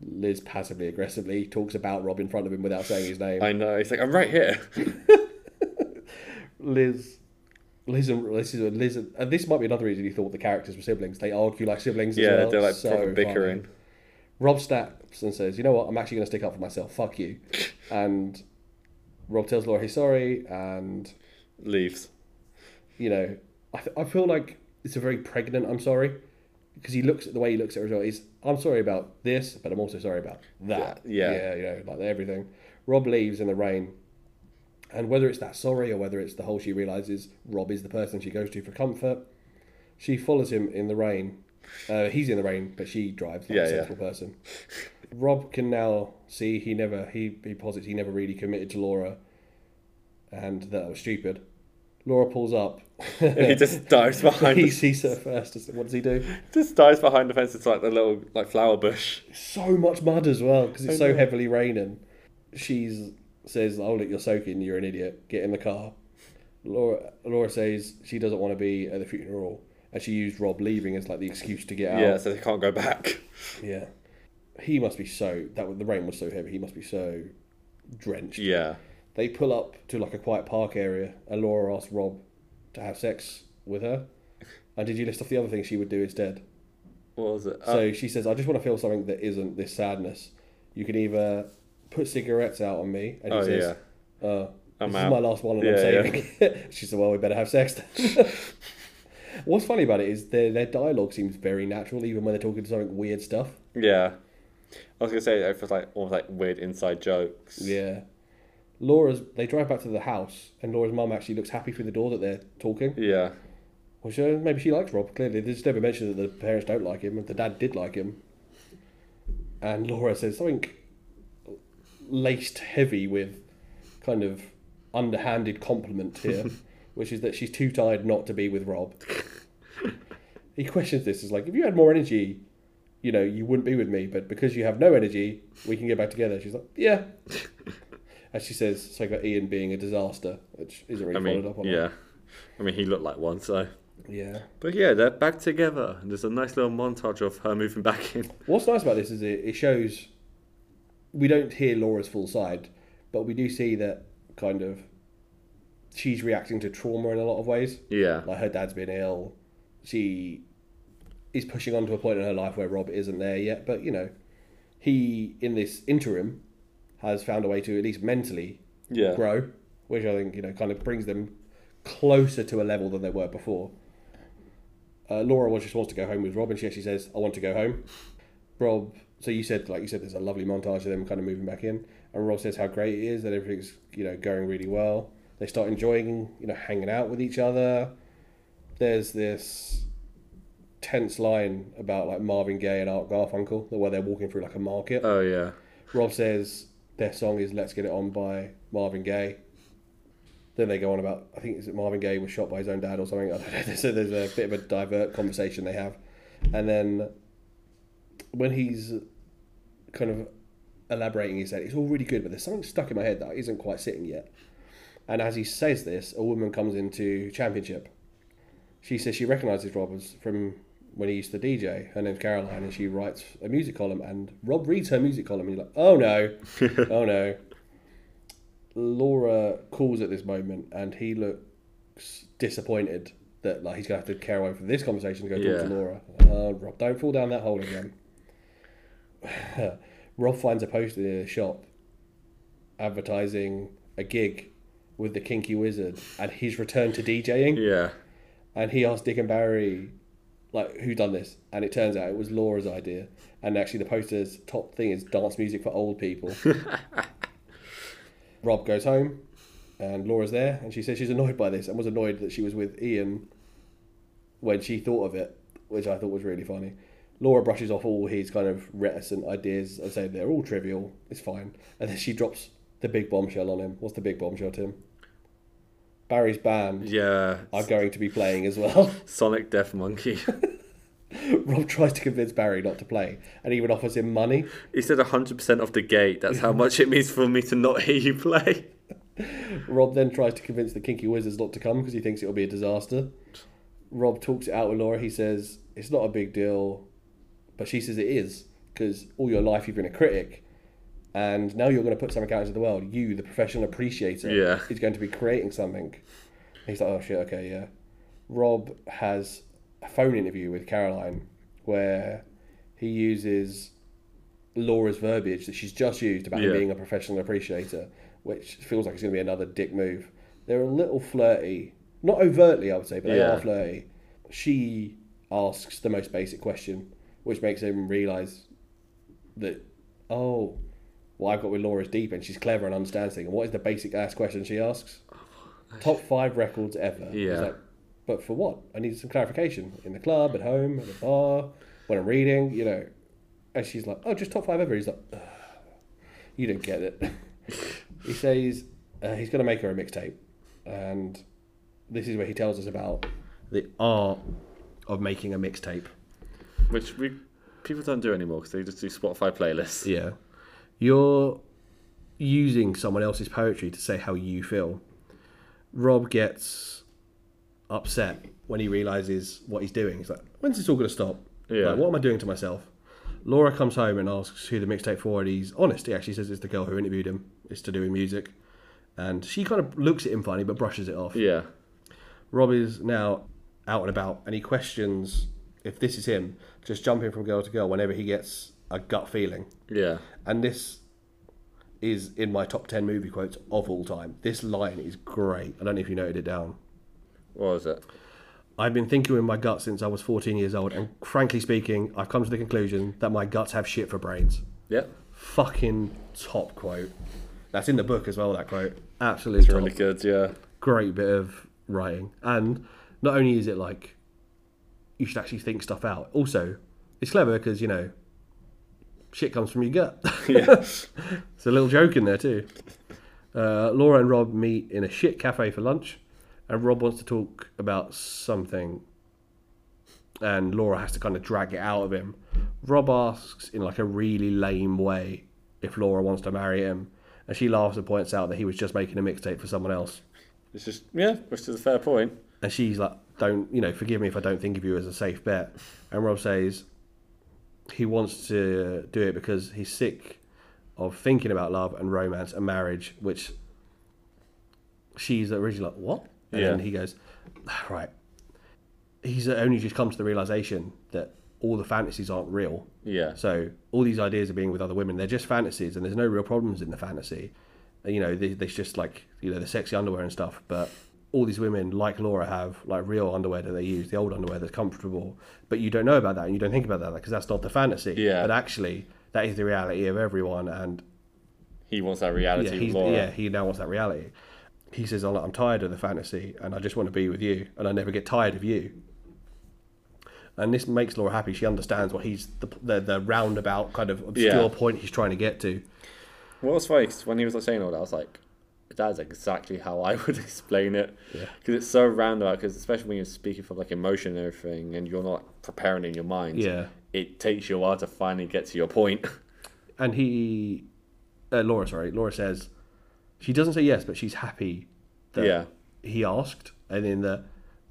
Speaker 1: Liz passively aggressively talks about Rob in front of him without saying his name.
Speaker 3: I know. He's like, I'm right here.
Speaker 1: Liz. Liz and Liz, is Liz and, and this might be another reason you thought the characters were siblings. They argue like siblings. as
Speaker 3: yeah,
Speaker 1: well.
Speaker 3: they're like
Speaker 1: So
Speaker 3: proper
Speaker 1: funny.
Speaker 3: bickering.
Speaker 1: Rob snaps and says, "You know what? I'm actually going to stick up for myself. Fuck you." And Rob tells Laura he's sorry, and
Speaker 3: Leaves.
Speaker 1: you know, I, th- I feel like it's a very pregnant "I'm sorry" because he looks at the way he looks at her as well. He's "I'm sorry about this, but I'm also sorry about that."
Speaker 3: Yeah, yeah.
Speaker 1: yeah, you know, like everything. Rob leaves in the rain, and whether it's that sorry or whether it's the whole she realizes Rob is the person she goes to for comfort, she follows him in the rain. Uh, he's in the rain, but she drives like
Speaker 3: Yeah,
Speaker 1: a
Speaker 3: yeah.
Speaker 1: sensible person. Rob can now see he never he, he posits he never really committed to Laura, and that was stupid. Laura pulls up.
Speaker 3: And he just dives behind.
Speaker 1: he
Speaker 3: the,
Speaker 1: sees her first. does- What does he do?
Speaker 3: just dives behind the fence. It's like the little like flower bush.
Speaker 1: So much mud as well because it's so heavily raining. She's says, "Oh look, you're soaking. You're an idiot. Get in the car." Laura Laura says she doesn't want to be at the funeral, and she used Rob leaving as like the excuse to get out.
Speaker 3: Yeah, so they can't go back.
Speaker 1: Yeah. He must be so that was- the rain was so heavy. He must be so drenched.
Speaker 3: Yeah.
Speaker 1: They pull up to like a quiet park area, and Laura asks Rob to have sex with her. And did you list off the other things she would do instead?
Speaker 3: What was it? Uh,
Speaker 1: So she says, "I just want to feel something that isn't this sadness. You can either put cigarettes out on me," and he
Speaker 3: Oh,
Speaker 1: says, uh,
Speaker 3: I'm
Speaker 1: "This
Speaker 3: out.
Speaker 1: is my last one, and I'm
Speaker 3: Yeah,
Speaker 1: saving." it." she said, "Well, we better have sex." then." What's funny about it is their their dialogue seems very natural, even when they're talking to something weird stuff.
Speaker 3: yeah. I was gonna say it was like almost like weird inside jokes.
Speaker 1: Yeah. Laura's. They drive back to the house, and Laura's mum actually looks happy through the door that they're talking.
Speaker 3: Yeah.
Speaker 1: Well, sure, maybe she likes Rob. Clearly, they just never mentioned that the parents don't like him, and the dad did like him. And Laura says something laced heavy with kind of underhanded compliment here, which is that she's too tired not to be with Rob. he questions this as like, if you had more energy, you know, you wouldn't be with me, but because you have no energy, we can get back together. She's like, yeah. and she says something about Ian being a disaster, which isn't
Speaker 3: I
Speaker 1: really
Speaker 3: mean,
Speaker 1: followed up on.
Speaker 3: yeah. I mean, he looked like one, so.
Speaker 1: Yeah.
Speaker 2: But yeah, they're back together, and there's a nice little montage of her moving back in.
Speaker 1: What's nice about this is it, it shows we don't hear Laura's full side, but we do see that kind of she's reacting to trauma in a lot of ways.
Speaker 2: Yeah,
Speaker 1: Like her dad's been ill, she is pushing on to a point in her life where Rob isn't there yet, but you know, he in this interim has found a way to at least mentally
Speaker 3: Yeah.
Speaker 1: grow, which I think you know kind of brings them closer to a level than they were before. Uh, Laura was just wants to go home with Rob, and she actually says, "I want to go home." Rob, so you said like you said, there's a lovely montage of them kind of moving back in, and Rob says how great it is that everything's you know going really well. They start enjoying you know hanging out with each other. There's this tense line about like Marvin Gaye and Art Garfunkel, where they're walking through like a market.
Speaker 2: Oh yeah.
Speaker 1: Rob says their song is "Let's Get It On" by Marvin Gaye. Then they go on about I think is it Marvin Gaye was shot by his own dad or something. I don't know. So there's a bit of a divert conversation they have, and then when he's kind of elaborating, he said it's all really good, but there's something stuck in my head that isn't quite sitting yet. And as he says this, a woman comes into championship. She says she recognises Rob as from when he used to DJ. Her name's Caroline, and she writes a music column. And Rob reads her music column, and you're like, oh no, oh no. Laura calls at this moment, and he looks disappointed that like he's gonna have to care away from this conversation to go talk to
Speaker 2: Yeah.
Speaker 1: Laura. Oh, Rob, don't fall down that hole again. Rob finds a poster in a shop advertising a gig with the Kinky Wizard and his return to DJing
Speaker 2: Yeah.
Speaker 1: and he asked Dick and Barry, like, who done this? And it turns out it was Laura's idea. And actually, the poster's top thing is dance music for old people. Rob goes home, and Laura's there, and she says she's annoyed by this and was annoyed that she was with Ian when she thought of it, which I thought was really funny. Laura brushes off all his kind of reticent ideas and saying they're all trivial, it's fine. And then she drops the big bombshell on him. What's the big bombshell, Tim? Barry's band
Speaker 2: Yeah.
Speaker 1: are going to be playing as well.
Speaker 2: Sonic Death Monkey.
Speaker 1: Rob tries to convince Barry not to play and even offers him money.
Speaker 2: he said 100% off the gate. That's how much it means for me to not hear you play.
Speaker 1: Rob then tries to convince the Kinky Wizards not to come because he thinks it'll be a disaster. Rob talks it out with Laura. He says, It's not a big deal, but she says it is. because all your life you've been a critic, and now you're going to put something out into the world. You, the professional appreciator,
Speaker 2: Yeah.
Speaker 1: is going to be creating something. He's like, oh shit, okay, yeah. Rob has a phone interview with Caroline where he uses Laura's verbiage that she's just used about him
Speaker 2: Yeah.
Speaker 1: being a professional appreciator, which feels like it's going to be another dick move. They're a little flirty, not overtly, I would say, but they
Speaker 2: Yeah.
Speaker 1: are flirty. She asks the most basic question, which makes him realize that, oh, what I've got with Laura is deep and she's clever and understands things. And what is the basic ass question she asks? Top five records ever. He's
Speaker 2: Yeah.
Speaker 1: like, but for what? I need some clarification in the club, at home, at the bar, when I'm reading, you know. And she's like, oh, just top five ever. He's like, "Ugh, you don't get it. he says uh, he's going to make her a mixtape. And this is where he tells us about the art of making a mixtape.
Speaker 2: Which we people don't do anymore because they just do Spotify playlists.
Speaker 1: Yeah. You're using someone else's poetry to say how you feel. Rob gets upset when he realizes what he's doing. He's like, when's this all going to stop?
Speaker 2: Yeah.
Speaker 1: Like, what am I doing to myself? Laura comes home and asks who the mixtape for, and he's honest. He actually says it's the girl who interviewed him. It's to do with music. And she kind of looks at him funny but brushes it off.
Speaker 2: Yeah.
Speaker 1: Rob is now out and about, and he questions if this is him, just jumping from girl to girl whenever he gets a gut feeling.
Speaker 2: Yeah.
Speaker 1: And this is in my top 10 movie quotes of all time. This line is great. I don't know if you noted it down.
Speaker 2: What was it?
Speaker 1: I've been thinking with my gut since I was 14 years old, and frankly speaking, I've come to the conclusion that my guts have shit for brains.
Speaker 2: Yeah.
Speaker 1: Fucking top quote. That's in the book as well, that quote. Absolutely top.
Speaker 3: Really good, yeah.
Speaker 1: great bit of writing. And not only is it like you should actually think stuff out, also it's clever because, you know, shit comes from your gut. There's a little joke in there too. Uh, Laura and Rob meet in a shit cafe for lunch, and Rob wants to talk about something, and Laura has to kind of drag it out of him. Rob asks in like a really lame way if Laura wants to marry him, and she laughs and points out that he was just making a mixtape for someone else.
Speaker 3: It's just, yeah, which is a fair point.
Speaker 1: And she's like, "Don't you know? Forgive me if I don't think of you as a safe bet." And Rob says he wants to do it because he's sick of thinking about love and romance and marriage, which she's originally like, "What?" And then
Speaker 3: Yeah.
Speaker 1: he goes, "Right." He's only just come to the realization that all the fantasies aren't real.
Speaker 2: Yeah.
Speaker 1: So all these ideas are being with other women. They're just fantasies, and there's no real problems in the fantasy. You know, they- there's just like you know the sexy underwear and stuff. But all these women, like Laura, have like real underwear that they use, the old underwear that's comfortable. But you don't know about that, and you don't think about that because that's not the fantasy.
Speaker 3: Yeah.
Speaker 1: But actually, that is the reality of everyone, and
Speaker 3: He wants that reality
Speaker 1: yeah,
Speaker 3: with
Speaker 1: he's,
Speaker 3: Laura.
Speaker 1: yeah, he now wants that reality. He says, "Oh, "I'm I'm tired of the fantasy, and I just want to be with you, and I never get tired of you." And this makes Laura happy. She understands what he's the the, the roundabout kind of obscure
Speaker 3: Yeah.
Speaker 1: point he's trying to get to.
Speaker 2: What was funny 'cause when he was like, saying all that, I was like, "That's exactly how I would explain it," because it's so roundabout. Because especially when you're speaking from like emotion and everything, and you're not preparing in your mind,
Speaker 1: Yeah.
Speaker 2: it takes you a while to finally get to your point.
Speaker 1: And he, uh, Laura, sorry, Laura says, she doesn't say yes, but she's happy that
Speaker 2: Yeah.
Speaker 1: he asked, and in the,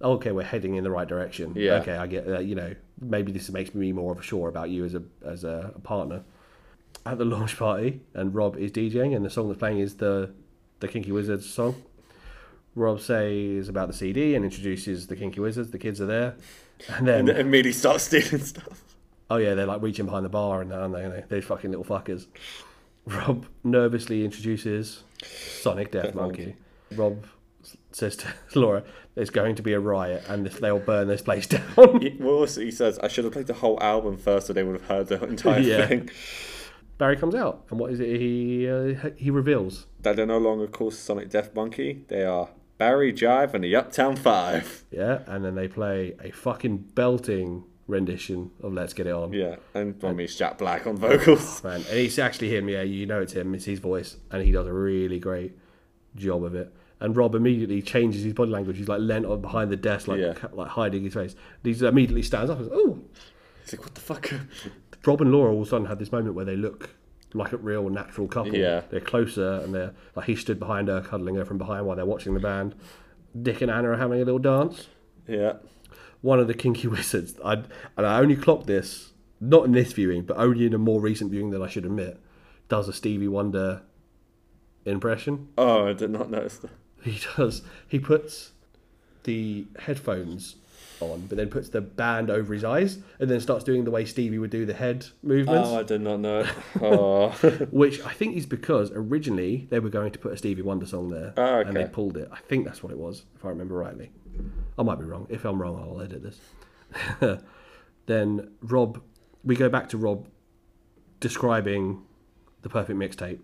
Speaker 1: "Oh, okay, we're heading in the right direction.
Speaker 2: Yeah.
Speaker 1: Okay, I get that. You know, maybe this makes me more of a sure about you as a as a, partner. At the launch party, and Rob is DJing, and the song that's playing is the the Kinky Wizards song. Rob says about the CD and introduces the Kinky Wizards. The kids are there, and then
Speaker 2: and it immediately starts stealing stuff.
Speaker 1: Oh yeah, they're like reaching behind the bar and that, aren't they? You know, They're fucking little fuckers. Rob nervously introduces Sonic Death Monkey. Rob s- says to Laura, "There's going to be a riot, and this, they'll burn this place down."
Speaker 2: Yeah.
Speaker 3: Well, also, he says, I should have played the whole album first so they would have heard the entire
Speaker 1: Yeah.
Speaker 3: thing.
Speaker 1: Barry comes out, and what is it he uh, he reveals?
Speaker 3: That they're no longer called Sonic Death Monkey. They are Barry Jive and the Uptown Five.
Speaker 1: Yeah, and then they play a fucking belting rendition of "Let's Get It On."
Speaker 3: Yeah, and I mean, it's Jack Black on vocals.
Speaker 1: man. And it's actually him, yeah. You know it's him. It's his voice, and he does a really great job of it. And Rob immediately changes his body language. He's like leant on behind the desk, like
Speaker 3: Yeah.
Speaker 1: ca- like hiding his face. And he immediately stands up and says, "Oh!"
Speaker 3: It's like, what the fuck?
Speaker 1: Rob and Laura all of a sudden had this moment where they look like a real natural couple.
Speaker 3: Yeah.
Speaker 1: they're closer, and they're like he stood behind her, cuddling her from behind while they're watching the band. Dick and Anna are having a little dance
Speaker 3: Yeah.
Speaker 1: one of the kinky wizards. I and I only clocked this not in this viewing, but only in a more recent viewing that I should admit, does a Stevie Wonder impression.
Speaker 2: Oh, I did not notice that.
Speaker 1: He does. He puts the headphones on, but then puts the band over his eyes, and then starts doing the way Stevie would do the head movements.
Speaker 2: Oh, I did not know. it. Oh,
Speaker 1: Which I think is because originally they were going to put a Stevie Wonder song there,
Speaker 2: Ah,
Speaker 1: and they
Speaker 2: okay.
Speaker 1: pulled it. I think that's what it was, if I remember rightly. I might be wrong. If I'm wrong, I'll edit this. then Rob, we go back to Rob describing the perfect mixtape.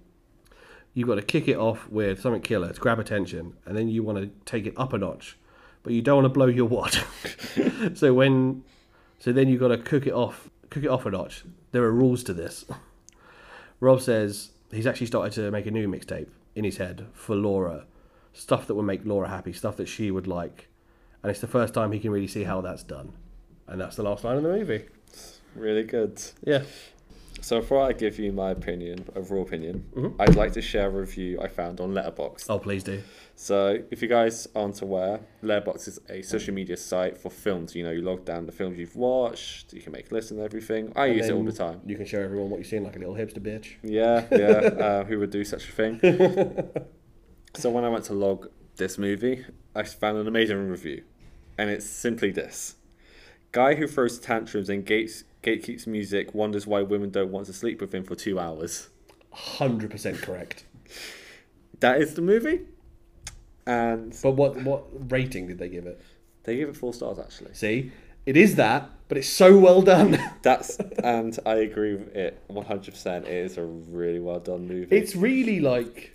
Speaker 1: You've got to kick it off with something killer to grab attention, and then you want to take it up a notch, but you don't want to blow your wad. so when, so then you've got to cook it off, cook it off a notch. There are rules to this. Rob says he's actually started to make a new mixtape in his head for Laura, stuff that would make Laura happy, stuff that she would like, and it's the first time he can really see how that's done. And that's the last line of the movie.
Speaker 2: really good.
Speaker 1: Yeah.
Speaker 2: So before I give you my opinion, overall opinion, I'd like to share a review I found on Letterboxd.
Speaker 1: Oh, please do.
Speaker 2: So if you guys aren't aware, Letterboxd is a social media site for films. You know, you log down the films you've watched, you can make lists and everything. I use it all the time.
Speaker 1: You can show everyone what you've seen like a little hipster bitch.
Speaker 2: Yeah, yeah. uh, who would do such a thing? so when I went to log this movie, I found an amazing review, and it's simply this: guy who throws tantrums and gates gatekeeps music wonders why women don't want to sleep with him for two hours.
Speaker 1: 100% correct.
Speaker 2: That is the movie, and
Speaker 1: But what what rating did they give it?
Speaker 2: they gave it four stars actually.
Speaker 1: See? It is that, but it's so well done.
Speaker 2: That's and I agree with it one hundred percent. It is a really well done movie.
Speaker 1: It's really like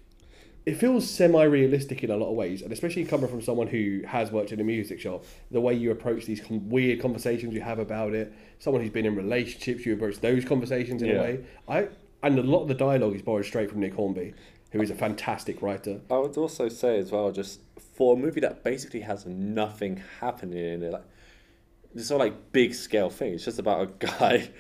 Speaker 1: it feels semi-realistic in a lot of ways, and especially coming from someone who has worked in a music shop, the way you approach these com- weird conversations you have about it, someone who's been in relationships, you approach those conversations in a
Speaker 2: Yeah.
Speaker 1: way. I and a lot of the dialogue is borrowed straight from Nick Hornby, who is a fantastic writer.
Speaker 2: I would also say as well, just for a movie that basically has nothing happening in it, like it's not like big scale thing. It's just about a guy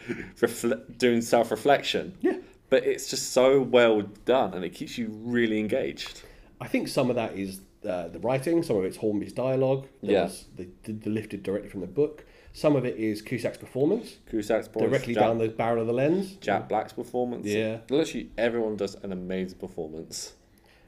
Speaker 2: refle- doing self reflection.
Speaker 1: Yeah.
Speaker 2: But it's just so well done, and it keeps you really engaged.
Speaker 1: I think some of that is uh, the writing, some of it's Hornby's dialogue, that
Speaker 2: Yeah.
Speaker 1: was the, the, the lifted directly from the book. Some of it is Cusack's performance,
Speaker 2: Cusack's performance,
Speaker 1: directly
Speaker 2: Jack,
Speaker 1: down the barrel of the lens.
Speaker 2: Jack Black's performance.
Speaker 1: Yeah.
Speaker 2: literally everyone does an amazing performance.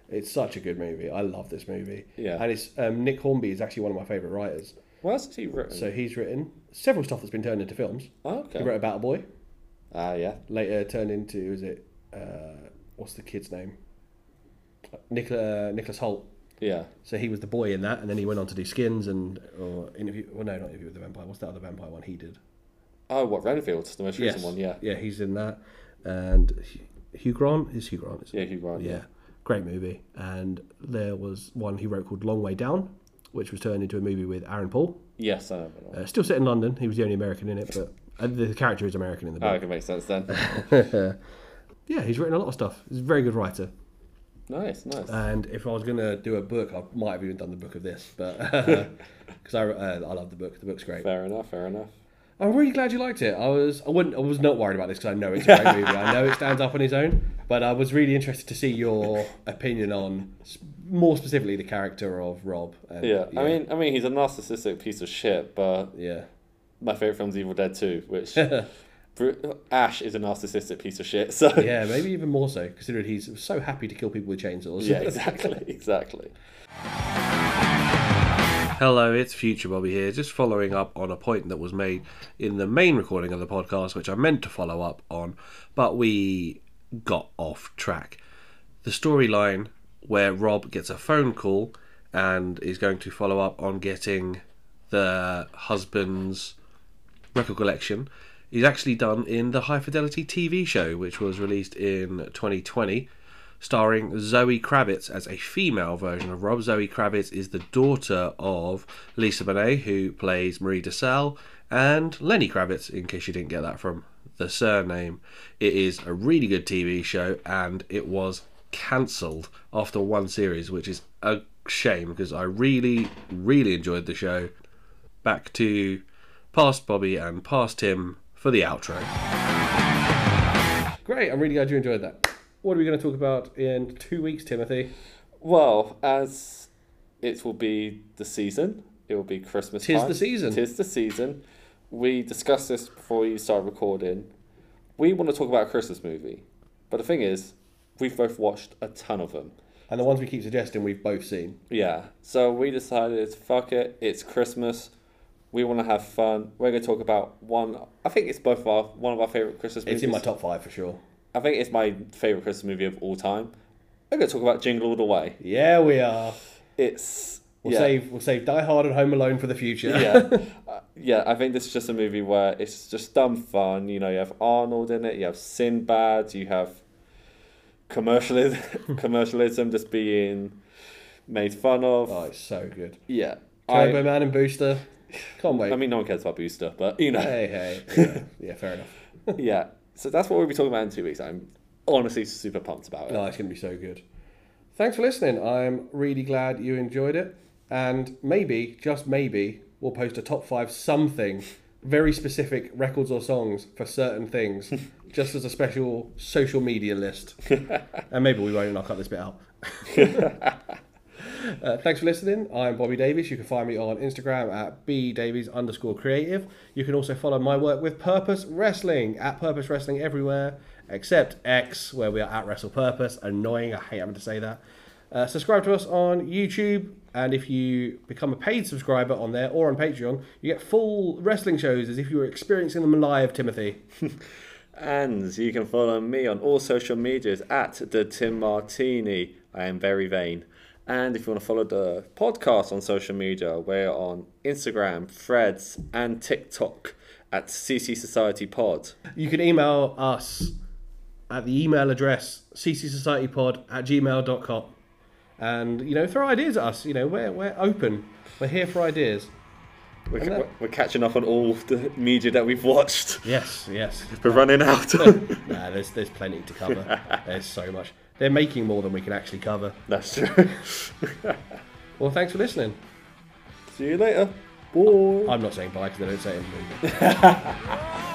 Speaker 1: It's such a good movie. I love this movie.
Speaker 2: Yeah.
Speaker 1: And it's um, Nick Hornby is actually one of my favourite writers.
Speaker 2: What else has he written?
Speaker 1: So he's written several stuff that's been turned into films.
Speaker 2: oh,
Speaker 1: He wrote
Speaker 2: okay.
Speaker 1: About a Boy,
Speaker 2: Ah, yeah.
Speaker 1: later turned into is it uh, what's the kid's name? Nicola, Nicholas Holt.
Speaker 2: Yeah.
Speaker 1: So he was the boy in that, and then he went on to do Skins and or interview. Well, no, not interview with the vampire. What's that other vampire one he did?
Speaker 2: Oh, what Renfield, the most recent one. Yeah.
Speaker 1: Yeah, he's in that, and Hugh- Hugh Grant is Hugh Grant. Is
Speaker 2: Yeah, he wrote.
Speaker 1: Yeah, great movie. And there was one he wrote called Long Way Down, which was turned into a movie with Aaron Paul.
Speaker 2: Yes, I know. I know.
Speaker 1: Uh, still set in London. He was the only American in it, but uh, the character is American in the
Speaker 2: Oh,
Speaker 1: book.
Speaker 2: okay, makes sense then.
Speaker 1: yeah, he's written a lot of stuff. He's a very good writer.
Speaker 2: nice, nice.
Speaker 1: And if I was gonna do a book, I might have even done the book of this, but because I, uh, I love the book. The book's great.
Speaker 2: Fair enough, fair enough.
Speaker 1: I'm really glad you liked it. I was I wouldn't I was not worried about this because I know it's a great movie. I know it stands up on its own, but I was really interested to see your opinion on s- more specifically the character of Rob. And,
Speaker 2: Yeah, I mean, I mean, he's a narcissistic piece of shit, but
Speaker 1: yeah.
Speaker 2: my favorite film's Evil Dead Two, which Bru- Ash is a narcissistic piece of shit. So
Speaker 1: Yeah,
Speaker 2: yeah,
Speaker 1: maybe even more so, considering he's so happy to kill people with chainsaws.
Speaker 2: exactly, exactly.
Speaker 1: Hello, it's Future Bobby here, just following up on a point that was made in the main recording of the podcast, which I meant to follow up on, but we got off track. The storyline where Rob gets a phone call and is going to follow up on getting the husband's record collection is actually done in the High Fidelity TV show, which was released in 2020, starring Zoe Kravitz as a female version of Rob. Zoe Kravitz is the daughter of Lisa Bonet, who plays Marie DeSalle, and Lenny Kravitz, in case you didn't get that from the surname. It is a really good TV show, and it was cancelled after one series, which is a shame because I really, really enjoyed the show back to past Bobby and past him for the outro. Great, I'm really glad you enjoyed that. What are we going to talk about in two weeks, Timothy?
Speaker 2: Well, as it will be the season, it will be Christmas.
Speaker 1: Tis
Speaker 2: time.
Speaker 1: the season.
Speaker 2: Tis the season. we discussed this before you started recording. We want to talk about a Christmas movie, but the thing is, we've both watched a ton of them.
Speaker 1: And the ones we keep suggesting, we've both seen.
Speaker 2: Yeah. So we decided, fuck it, it's Christmas. We want to have fun. We're going to talk about one. I think it's both our one of our favorite Christmas movies.
Speaker 1: It's in my top five for sure.
Speaker 2: I think it's my favorite Christmas movie of all time. We're going to talk about Jingle All the Way.
Speaker 1: Yeah, we are.
Speaker 2: It's
Speaker 1: We'll
Speaker 2: yeah,
Speaker 1: save we'll save Die Hard and Home Alone for the future.
Speaker 2: yeah, Uh, yeah. I think this is just a movie where it's just dumb fun. You know, you have Arnold in it. You have Sinbad. You have commercialism, commercialism just being made fun of.
Speaker 1: oh, it's so good.
Speaker 2: yeah.
Speaker 1: Turbo
Speaker 2: I,
Speaker 1: Man and Booster. Can't wait.
Speaker 2: I mean, no one cares about Booster, but you know.
Speaker 1: hey, hey. Yeah, yeah, fair enough.
Speaker 2: yeah. So that's what we'll be talking about in two weeks. I'm honestly super pumped about it.
Speaker 1: Oh, it's going to be so good. Thanks for listening. I'm really glad you enjoyed it. And maybe, just maybe, we'll post a top five something, very specific records or songs for certain things, just as a special social media list. and maybe we won't, and I'll cut this bit out. Uh, thanks for listening. I'm Bobby Davies. You can find me on Instagram at bdavies underscore creative. You can also follow my work with Purpose Wrestling at Purpose Wrestling everywhere except X, where we are at Wrestle Purpose. Annoying. I hate having to say that. Uh, subscribe to us on YouTube, and if you become a paid subscriber on there or on Patreon, you get full wrestling shows as if you were experiencing them live, Timothy.
Speaker 2: And you can follow me on all social medias at the Tim Martini. I am very vain. And if you want to follow the podcast on social media, we're on Instagram, Threads, and TikTok at CC Society Pod.
Speaker 1: You can email us at the email address ccsocietypod at gmail.com. And, you know, throw ideas at us. You know, we're, we're open. We're here for ideas.
Speaker 2: We're,
Speaker 1: And that-
Speaker 2: we're catching up on all the media that we've watched.
Speaker 1: Yes, yes.
Speaker 2: We're running out.
Speaker 1: nah, there's, there's plenty to cover. There's so much. They're making more than we can actually cover.
Speaker 2: That's true.
Speaker 1: Well, thanks for listening.
Speaker 2: See you later. Bye.
Speaker 1: I'm not saying bye because they don't say it in the movie.